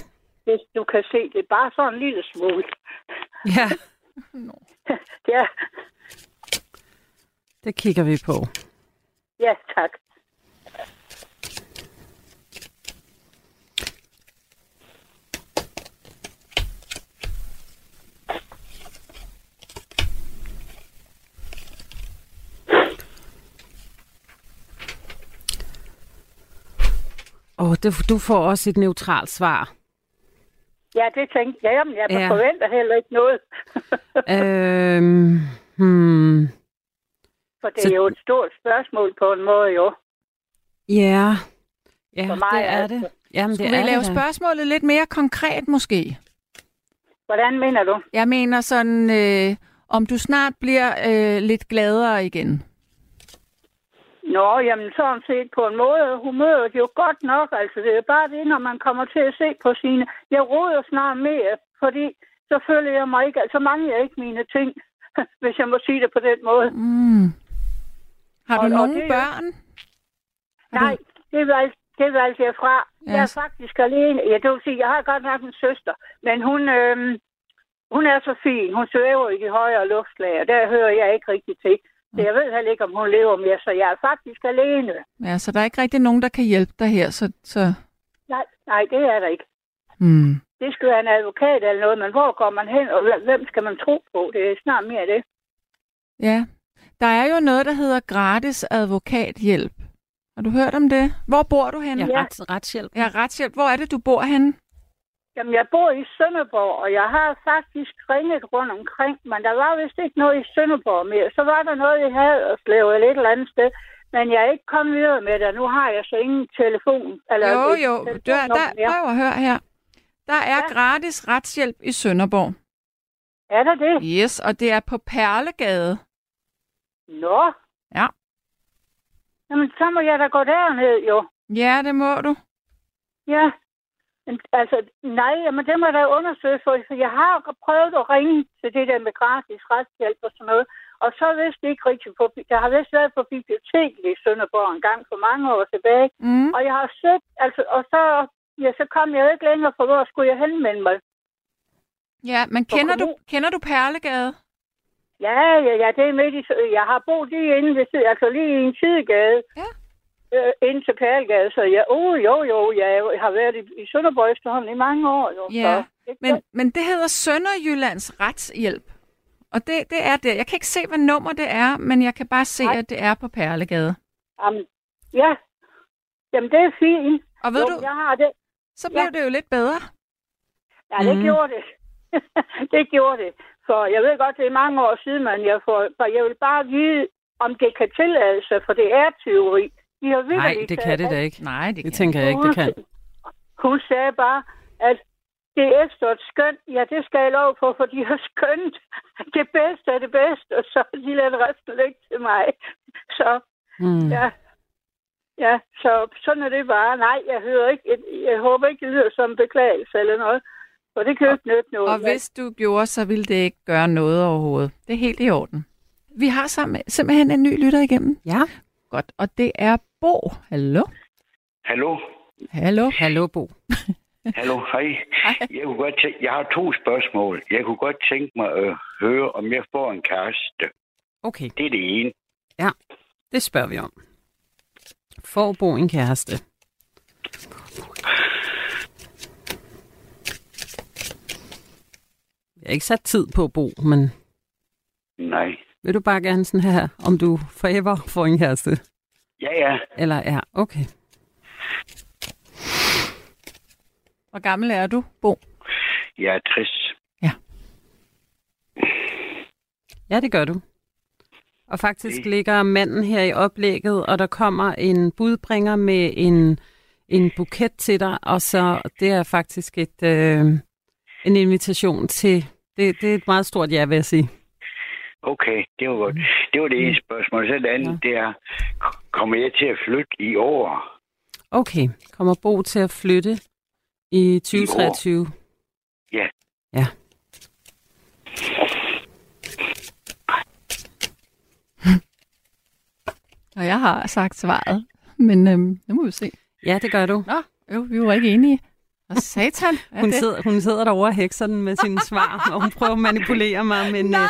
[SPEAKER 6] hvis du kan se det. er Bare sådan en lille smule.
[SPEAKER 4] Ja.
[SPEAKER 6] ja,
[SPEAKER 4] Det kigger vi på.
[SPEAKER 6] ja, tak.
[SPEAKER 4] Og det, du får også et neutralt svar.
[SPEAKER 6] Ja, det tænkte jeg, men jeg
[SPEAKER 4] Ja.
[SPEAKER 6] ja. forventer heller ikke noget,
[SPEAKER 4] øhm, hmm,
[SPEAKER 6] for det
[SPEAKER 4] Så-
[SPEAKER 6] er jo et stort spørgsmål på en måde, jo.
[SPEAKER 4] ja. Ja,
[SPEAKER 6] For mig
[SPEAKER 4] det er
[SPEAKER 6] altså.
[SPEAKER 4] det. Jamen, det
[SPEAKER 3] øh, Skulle vi
[SPEAKER 4] er
[SPEAKER 3] lave
[SPEAKER 4] det da.
[SPEAKER 3] spørgsmålet lidt mere konkret måske?
[SPEAKER 6] Hvordan mener du?
[SPEAKER 3] Jeg mener sådan, øh, om du snart bliver øh, lidt gladere igen.
[SPEAKER 6] Nå, jamen sådan set på en måde. Humøret jo godt nok. Altså, det er bare det, når man kommer til at se på sine... Jeg roder snart mere, fordi så føler jeg mig ikke... Altså, mangler jeg ikke mine ting, hvis jeg må sige det på den måde.
[SPEAKER 3] Mm. Har du
[SPEAKER 6] Og- og
[SPEAKER 3] nogen
[SPEAKER 6] det er jo-
[SPEAKER 3] børn?
[SPEAKER 6] Nej, det valgte, det valgte jeg fra.
[SPEAKER 3] Ja.
[SPEAKER 6] Ja. Jeg er faktisk alene. Ja, det vil sige, jeg har godt nok en søster, men hun, øhm, hun er så fin. Hun svæver i de højere luftlag, og der hører jeg ikke rigtig til. Så jeg ved heller ikke, om hun lever mere, så jeg er faktisk alene.
[SPEAKER 3] Ja, så der er ikke rigtig nogen, der kan hjælpe dig her, så... så...
[SPEAKER 6] Nej, nej, det er der ikke.
[SPEAKER 3] Mm.
[SPEAKER 6] det skal være en advokat eller noget, men hvor går man hen, og hvem skal man tro på? Det er snart mere det.
[SPEAKER 3] Ja. Der er jo noget, der hedder gratis advokathjælp. Har du hørt om det? Hvor bor du henne?
[SPEAKER 6] Ja,
[SPEAKER 4] rets, retshjælp.
[SPEAKER 3] Ja, retshjælp. Hvor er det, du bor henne?
[SPEAKER 6] Jamen, jeg bor i Sønderborg, og jeg har faktisk ringet rundt omkring, men der var vist ikke noget i Sønderborg mere. Så var der noget i Haderslev eller et eller andet sted, men jeg er ikke kommet videre med det, og nu har jeg så ingen telefon. Eller
[SPEAKER 3] Jo,
[SPEAKER 6] et
[SPEAKER 3] jo. Der,
[SPEAKER 6] telefonnummer
[SPEAKER 3] der,
[SPEAKER 6] mere.
[SPEAKER 3] prøv at høre her. Der er ja. gratis retshjælp i Sønderborg.
[SPEAKER 6] Er der det?
[SPEAKER 3] Yes, og det er på Perlegade.
[SPEAKER 6] Nå,
[SPEAKER 3] Ja.
[SPEAKER 6] jamen, så må jeg da gå derned, jo.
[SPEAKER 3] Ja, det må du.
[SPEAKER 6] Ja. Men, Altså, nej, men det må jeg da undersøge for, for jeg har jo prøvet at ringe til det der med gratis retshjælp og sådan noget, og så vidste det ikke rigtigt. På, jeg har vist været på biblioteket i Sønderborg en gang for mange år tilbage,
[SPEAKER 3] Mm.
[SPEAKER 6] og jeg har søgt, altså, og så, ja, så kom jeg jo ikke længere, for hvor skulle jeg henvende mig?
[SPEAKER 3] Ja, men
[SPEAKER 6] For
[SPEAKER 3] kender du,
[SPEAKER 6] kommunen.
[SPEAKER 3] kender du Perlegade?
[SPEAKER 6] Ja, ja, ja, det er midt i, Sø- jeg har boet lige inde ved, Sø- altså lige i en sidegade,
[SPEAKER 3] ja.
[SPEAKER 6] øh, ind til Perlegade, så jeg, oh, jo, jo, jeg har været i, i Sønderborg efterhånden i mange år, jo.
[SPEAKER 3] Ja,
[SPEAKER 6] Så.
[SPEAKER 3] men, men det hedder Sønderjyllands Retshjælp. Og det, det er det. Jeg kan ikke se, hvad nummer det er, men jeg kan bare se, at det er på Perlegade.
[SPEAKER 6] Jamen, ja. Jamen, det er fint.
[SPEAKER 3] Og ved
[SPEAKER 6] jo,
[SPEAKER 3] du-
[SPEAKER 6] Jeg har det.
[SPEAKER 3] Så blev det jo lidt bedre.
[SPEAKER 6] Ja, det
[SPEAKER 3] Mm.
[SPEAKER 6] mm. gjorde det. det gjorde det. For jeg ved godt, det er mange år siden, men jeg, får, for jeg vil bare vide, om det kan tillade sig, for det er tyveri. De har
[SPEAKER 4] Nej,
[SPEAKER 6] vitterligt
[SPEAKER 4] det kan
[SPEAKER 6] taget
[SPEAKER 4] det da ikke.
[SPEAKER 3] Nej, det,
[SPEAKER 4] det tænker jeg ikke, det kan.
[SPEAKER 6] Hun sagde bare, at det er efter et skøn. Ja, det skal jeg lov på, for de har skønt det bedste af det bedste, og så har de lavet resten ligge til mig. Så
[SPEAKER 4] Mm.
[SPEAKER 6] ja, ja så sådan er det bare. Nej, jeg hører ikke, jeg håber ikke, det lyder som en beklagelse eller noget, for det kan jo ikke nytte noget.
[SPEAKER 3] Og hvis du gjorde, så ville det ikke gøre noget overhovedet. Det er helt i orden. Vi har sammen, simpelthen en ny lytter igennem.
[SPEAKER 4] Ja.
[SPEAKER 3] Godt, og det er Bo. Hallo?
[SPEAKER 14] Hallo?
[SPEAKER 3] Hallo?
[SPEAKER 4] Hallo, Bo.
[SPEAKER 14] Hallo, hej. Jeg, kunne godt tænke, jeg har to spørgsmål. Jeg kunne godt tænke mig at høre, om jeg får en kæreste.
[SPEAKER 4] Okay.
[SPEAKER 14] Det er det ene.
[SPEAKER 4] Ja, det spørger vi om. Får Bo en kæreste? Jeg har ikke sat tid på Bo, men
[SPEAKER 14] Nej.
[SPEAKER 4] vil du bare gerne sådan her, om du forever får en kæreste?
[SPEAKER 14] Ja, ja.
[SPEAKER 4] Eller ja, okay.
[SPEAKER 3] Hvor gammel er du, Bo?
[SPEAKER 14] Jeg er 60.
[SPEAKER 4] Ja, det gør du. Og faktisk ligger manden her i oplægget, og der kommer en budbringer med en, en buket til dig, og så det er faktisk et, øh, en invitation til, det, det er et meget stort ja, vil jeg sige.
[SPEAKER 14] Okay, det var godt. Det var det ene spørgsmål. Så det andet, det er, k- kommer jeg til at flytte i år?
[SPEAKER 4] Okay, kommer Bo til at flytte i 2023?
[SPEAKER 14] Ja.
[SPEAKER 4] Ja.
[SPEAKER 3] Og jeg har sagt svaret, men øhm, nu må vi se.
[SPEAKER 4] Ja, det gør du.
[SPEAKER 3] Nå, jo, vi var ikke enige. Og satan. er
[SPEAKER 4] Hun
[SPEAKER 3] det-
[SPEAKER 4] sidder, hun sidder derovre og hekser den med sine svar, og hun prøver at manipulere mig, men øh,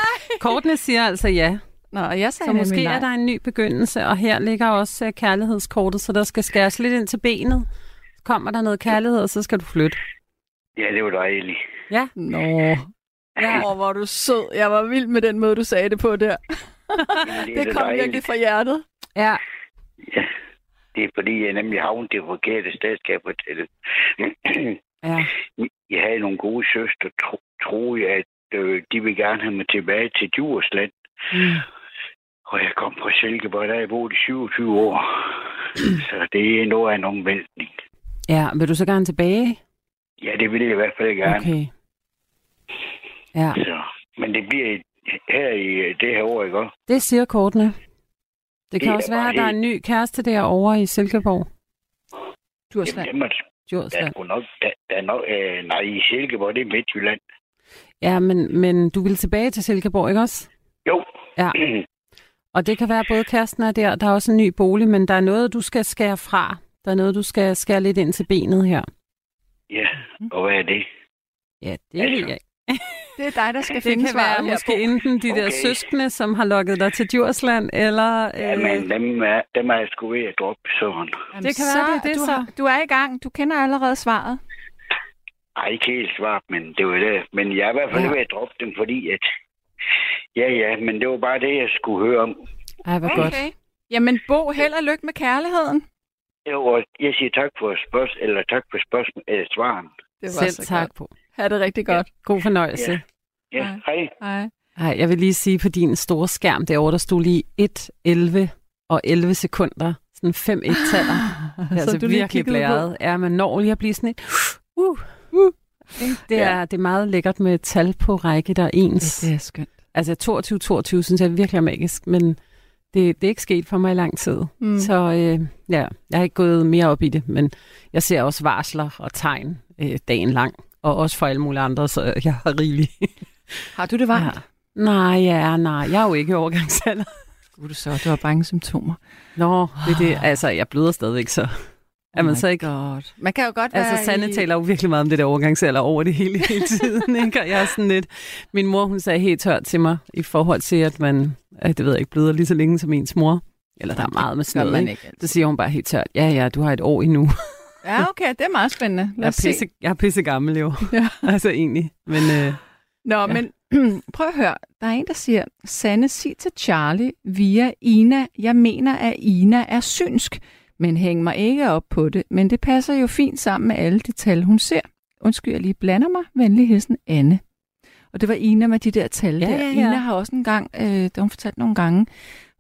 [SPEAKER 4] kortene siger altså ja.
[SPEAKER 3] Nå, og jeg sagde
[SPEAKER 4] så måske
[SPEAKER 3] nemlig nej.
[SPEAKER 4] er der en ny begyndelse, og her ligger også øh, kærlighedskortet, så der skal skæres lidt ind til benet. Kommer der noget kærlighed, og så skal du flytte.
[SPEAKER 14] Ja, det var dejligt.
[SPEAKER 4] Ja.
[SPEAKER 3] Nå. Ja. Åh, hvor er du sød. Jeg var vild med den måde, du sagde det på der.
[SPEAKER 14] er
[SPEAKER 3] det
[SPEAKER 14] da
[SPEAKER 3] kom
[SPEAKER 14] dejligt.
[SPEAKER 3] virkelig fra hjertet.
[SPEAKER 4] Ja.
[SPEAKER 14] Det er fordi, jeg nemlig havnede det forkerte sted, skal jeg fortælle.
[SPEAKER 4] ja.
[SPEAKER 14] Jeg havde nogle gode søster, tro, troede jeg, at øh, de ville gerne have mig tilbage til Djursland.
[SPEAKER 3] Mm.
[SPEAKER 14] Og jeg kom fra Silkeborg, der har jeg boet i 27 år. Så det er noget af en omvæltning.
[SPEAKER 4] Ja, vil du så gerne tilbage?
[SPEAKER 14] Ja, det vil jeg i hvert fald gerne.
[SPEAKER 4] Okay. Ja,
[SPEAKER 14] Så, men det bliver i- her i øh, det her år, ikke også?
[SPEAKER 4] det siger kortene. Det kan
[SPEAKER 14] Det er
[SPEAKER 4] det også
[SPEAKER 14] bare
[SPEAKER 4] være, at der er
[SPEAKER 14] helt-
[SPEAKER 4] en ny kæreste derovre i Silkeborg.
[SPEAKER 3] Djursland.
[SPEAKER 14] Jamen, det
[SPEAKER 4] må,
[SPEAKER 14] der er sgu nok, der, der er nok øh, nej, i Silkeborg, det er Midtjylland.
[SPEAKER 4] Ja, men, men du vil tilbage til Silkeborg, ikke også?
[SPEAKER 14] Jo.
[SPEAKER 4] Ja. Og det kan være, at både kæresten er der, der er også en ny bolig, men der er noget, du skal skære fra. Der er noget, du skal skære lidt ind til benet her.
[SPEAKER 14] Ja, og hvad er det?
[SPEAKER 4] Mhm.
[SPEAKER 14] Altså,
[SPEAKER 4] Ja, det ved jeg ikke.
[SPEAKER 3] Det er dig, der skal
[SPEAKER 4] Det
[SPEAKER 3] finde
[SPEAKER 4] kan være
[SPEAKER 3] svaret her,
[SPEAKER 4] måske
[SPEAKER 3] Bo.
[SPEAKER 4] enten de okay. der søskende, som har lokket dig til Djursland, eller... Øh,
[SPEAKER 14] Jamen, dem er, dem er jeg sgu ved at droppe, sådan.
[SPEAKER 3] Jamen,
[SPEAKER 4] kan være, det er det,
[SPEAKER 3] du,
[SPEAKER 4] så.
[SPEAKER 3] har- Du er i gang. Du kender allerede svaret.
[SPEAKER 14] Ej, ikke helt svar, men det var det. Men jeg er i hvert fald ja. ved at droppe dem, fordi at... Ja, ja, men det var bare det, jeg skulle høre om.
[SPEAKER 4] Ej, hvor
[SPEAKER 3] Okay. Jamen, Bo, held og lykke med kærligheden.
[SPEAKER 14] Jo, og jeg siger tak for spørgsmål, eller tak for spørgsmål, eller svaren.
[SPEAKER 3] Det
[SPEAKER 4] Selv tak,
[SPEAKER 3] godt. Ha' det rigtig godt.
[SPEAKER 4] God fornøjelse.
[SPEAKER 14] Ja. Ja, hej.
[SPEAKER 3] Hej.
[SPEAKER 4] Ej, jeg vil lige sige, på din store skærm derovre, der stod lige 1, 11 og 11 sekunder. Sådan 5 1 taller Det er
[SPEAKER 15] Så
[SPEAKER 4] altså
[SPEAKER 15] du lige
[SPEAKER 4] virkelig
[SPEAKER 15] kiggede på.
[SPEAKER 4] blæret. Ja, man når lige at blive sådan et... Uh, uh. Det, er, det er meget lækkert med et tal på række, der er ens.
[SPEAKER 3] Ja, det er skønt.
[SPEAKER 4] Altså 22-22 synes jeg virkelig er magisk, men det, det er ikke sket for mig i lang tid.
[SPEAKER 3] Mm.
[SPEAKER 4] Mm. Så øh, ja, jeg har ikke gået mere op i det, men jeg ser også varsler og tegn øh, dagen lang. Og også for alle mulige andre, så jeg har rigeligt.
[SPEAKER 3] Har du det varmt?
[SPEAKER 4] Ja. Nej, ja, nej. Jeg er jo ikke i overgangsalder.
[SPEAKER 3] Gud, så du har bange symptomer.
[SPEAKER 4] Nå, det er det. Altså, jeg bløder stadigvæk, så er man så ikke...
[SPEAKER 3] God. Man kan jo godt være
[SPEAKER 4] Altså, Sanne
[SPEAKER 3] i...
[SPEAKER 4] taler jo virkelig meget om det der overgangsalder over det hele, hele tiden, ikke? Og jeg er sådan lidt... Min mor, hun sagde helt tørt til mig i forhold til, at man, at det ved jeg ikke, bløder lige så længe som ens mor. Eller der er meget med
[SPEAKER 3] gør
[SPEAKER 4] sådan noget,
[SPEAKER 3] man
[SPEAKER 4] ikke?
[SPEAKER 3] ikke
[SPEAKER 4] Så siger hun bare helt tørt, ja, ja, du har et år endnu.
[SPEAKER 3] Ja, okay, det er meget spændende.
[SPEAKER 4] Jeg
[SPEAKER 3] Lad
[SPEAKER 4] er
[SPEAKER 3] os se.
[SPEAKER 4] pisse, jeg er pisse gammel jo. Ja. altså, egentlig. Men øh,
[SPEAKER 3] Nå, ja. men prøv at høre. Der er en, der siger, Sanne, sig til Charlie via Ina. Jeg mener, at Ina er synsk, men hæng mig ikke op på det. Men det passer jo fint sammen med alle de tal, hun ser. Undskyld, jeg lige blander mig. Venlig hilsen, Anne. Og det var Ina med de der tal
[SPEAKER 4] Ja,
[SPEAKER 3] der.
[SPEAKER 4] ja, ja.
[SPEAKER 3] Ina har også en gang, øh, det har hun fortalt nogle gange,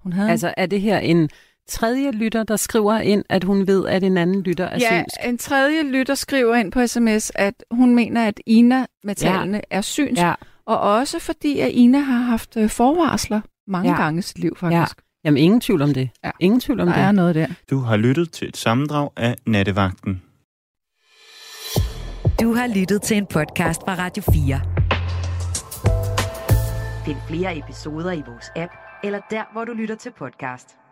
[SPEAKER 3] Hun havde en-
[SPEAKER 4] Altså, er det her en tredje lytter, der skriver ind, at hun ved, at en anden lytter er
[SPEAKER 3] Ja,
[SPEAKER 4] synsk?
[SPEAKER 3] en tredje lytter skriver ind på sms, at hun mener, at Ina med
[SPEAKER 4] Ja.
[SPEAKER 3] tallene ja. er synsk.
[SPEAKER 4] Ja.
[SPEAKER 3] Ja. Og også fordi, at Ina har haft øh, forvarsler mange
[SPEAKER 4] Ja.
[SPEAKER 3] ja. gange i sit liv, faktisk.
[SPEAKER 4] Ja. Jamen, ingen tvivl om det.
[SPEAKER 3] Ja.
[SPEAKER 4] Ingen tvivl om
[SPEAKER 3] Der
[SPEAKER 4] det.
[SPEAKER 3] er noget der.
[SPEAKER 16] Du har lyttet til et sammendrag af Nattevagten.
[SPEAKER 2] Du har lyttet til en podcast fra Radio 4. Find flere episoder i vores app, eller der, hvor du lytter til podcast.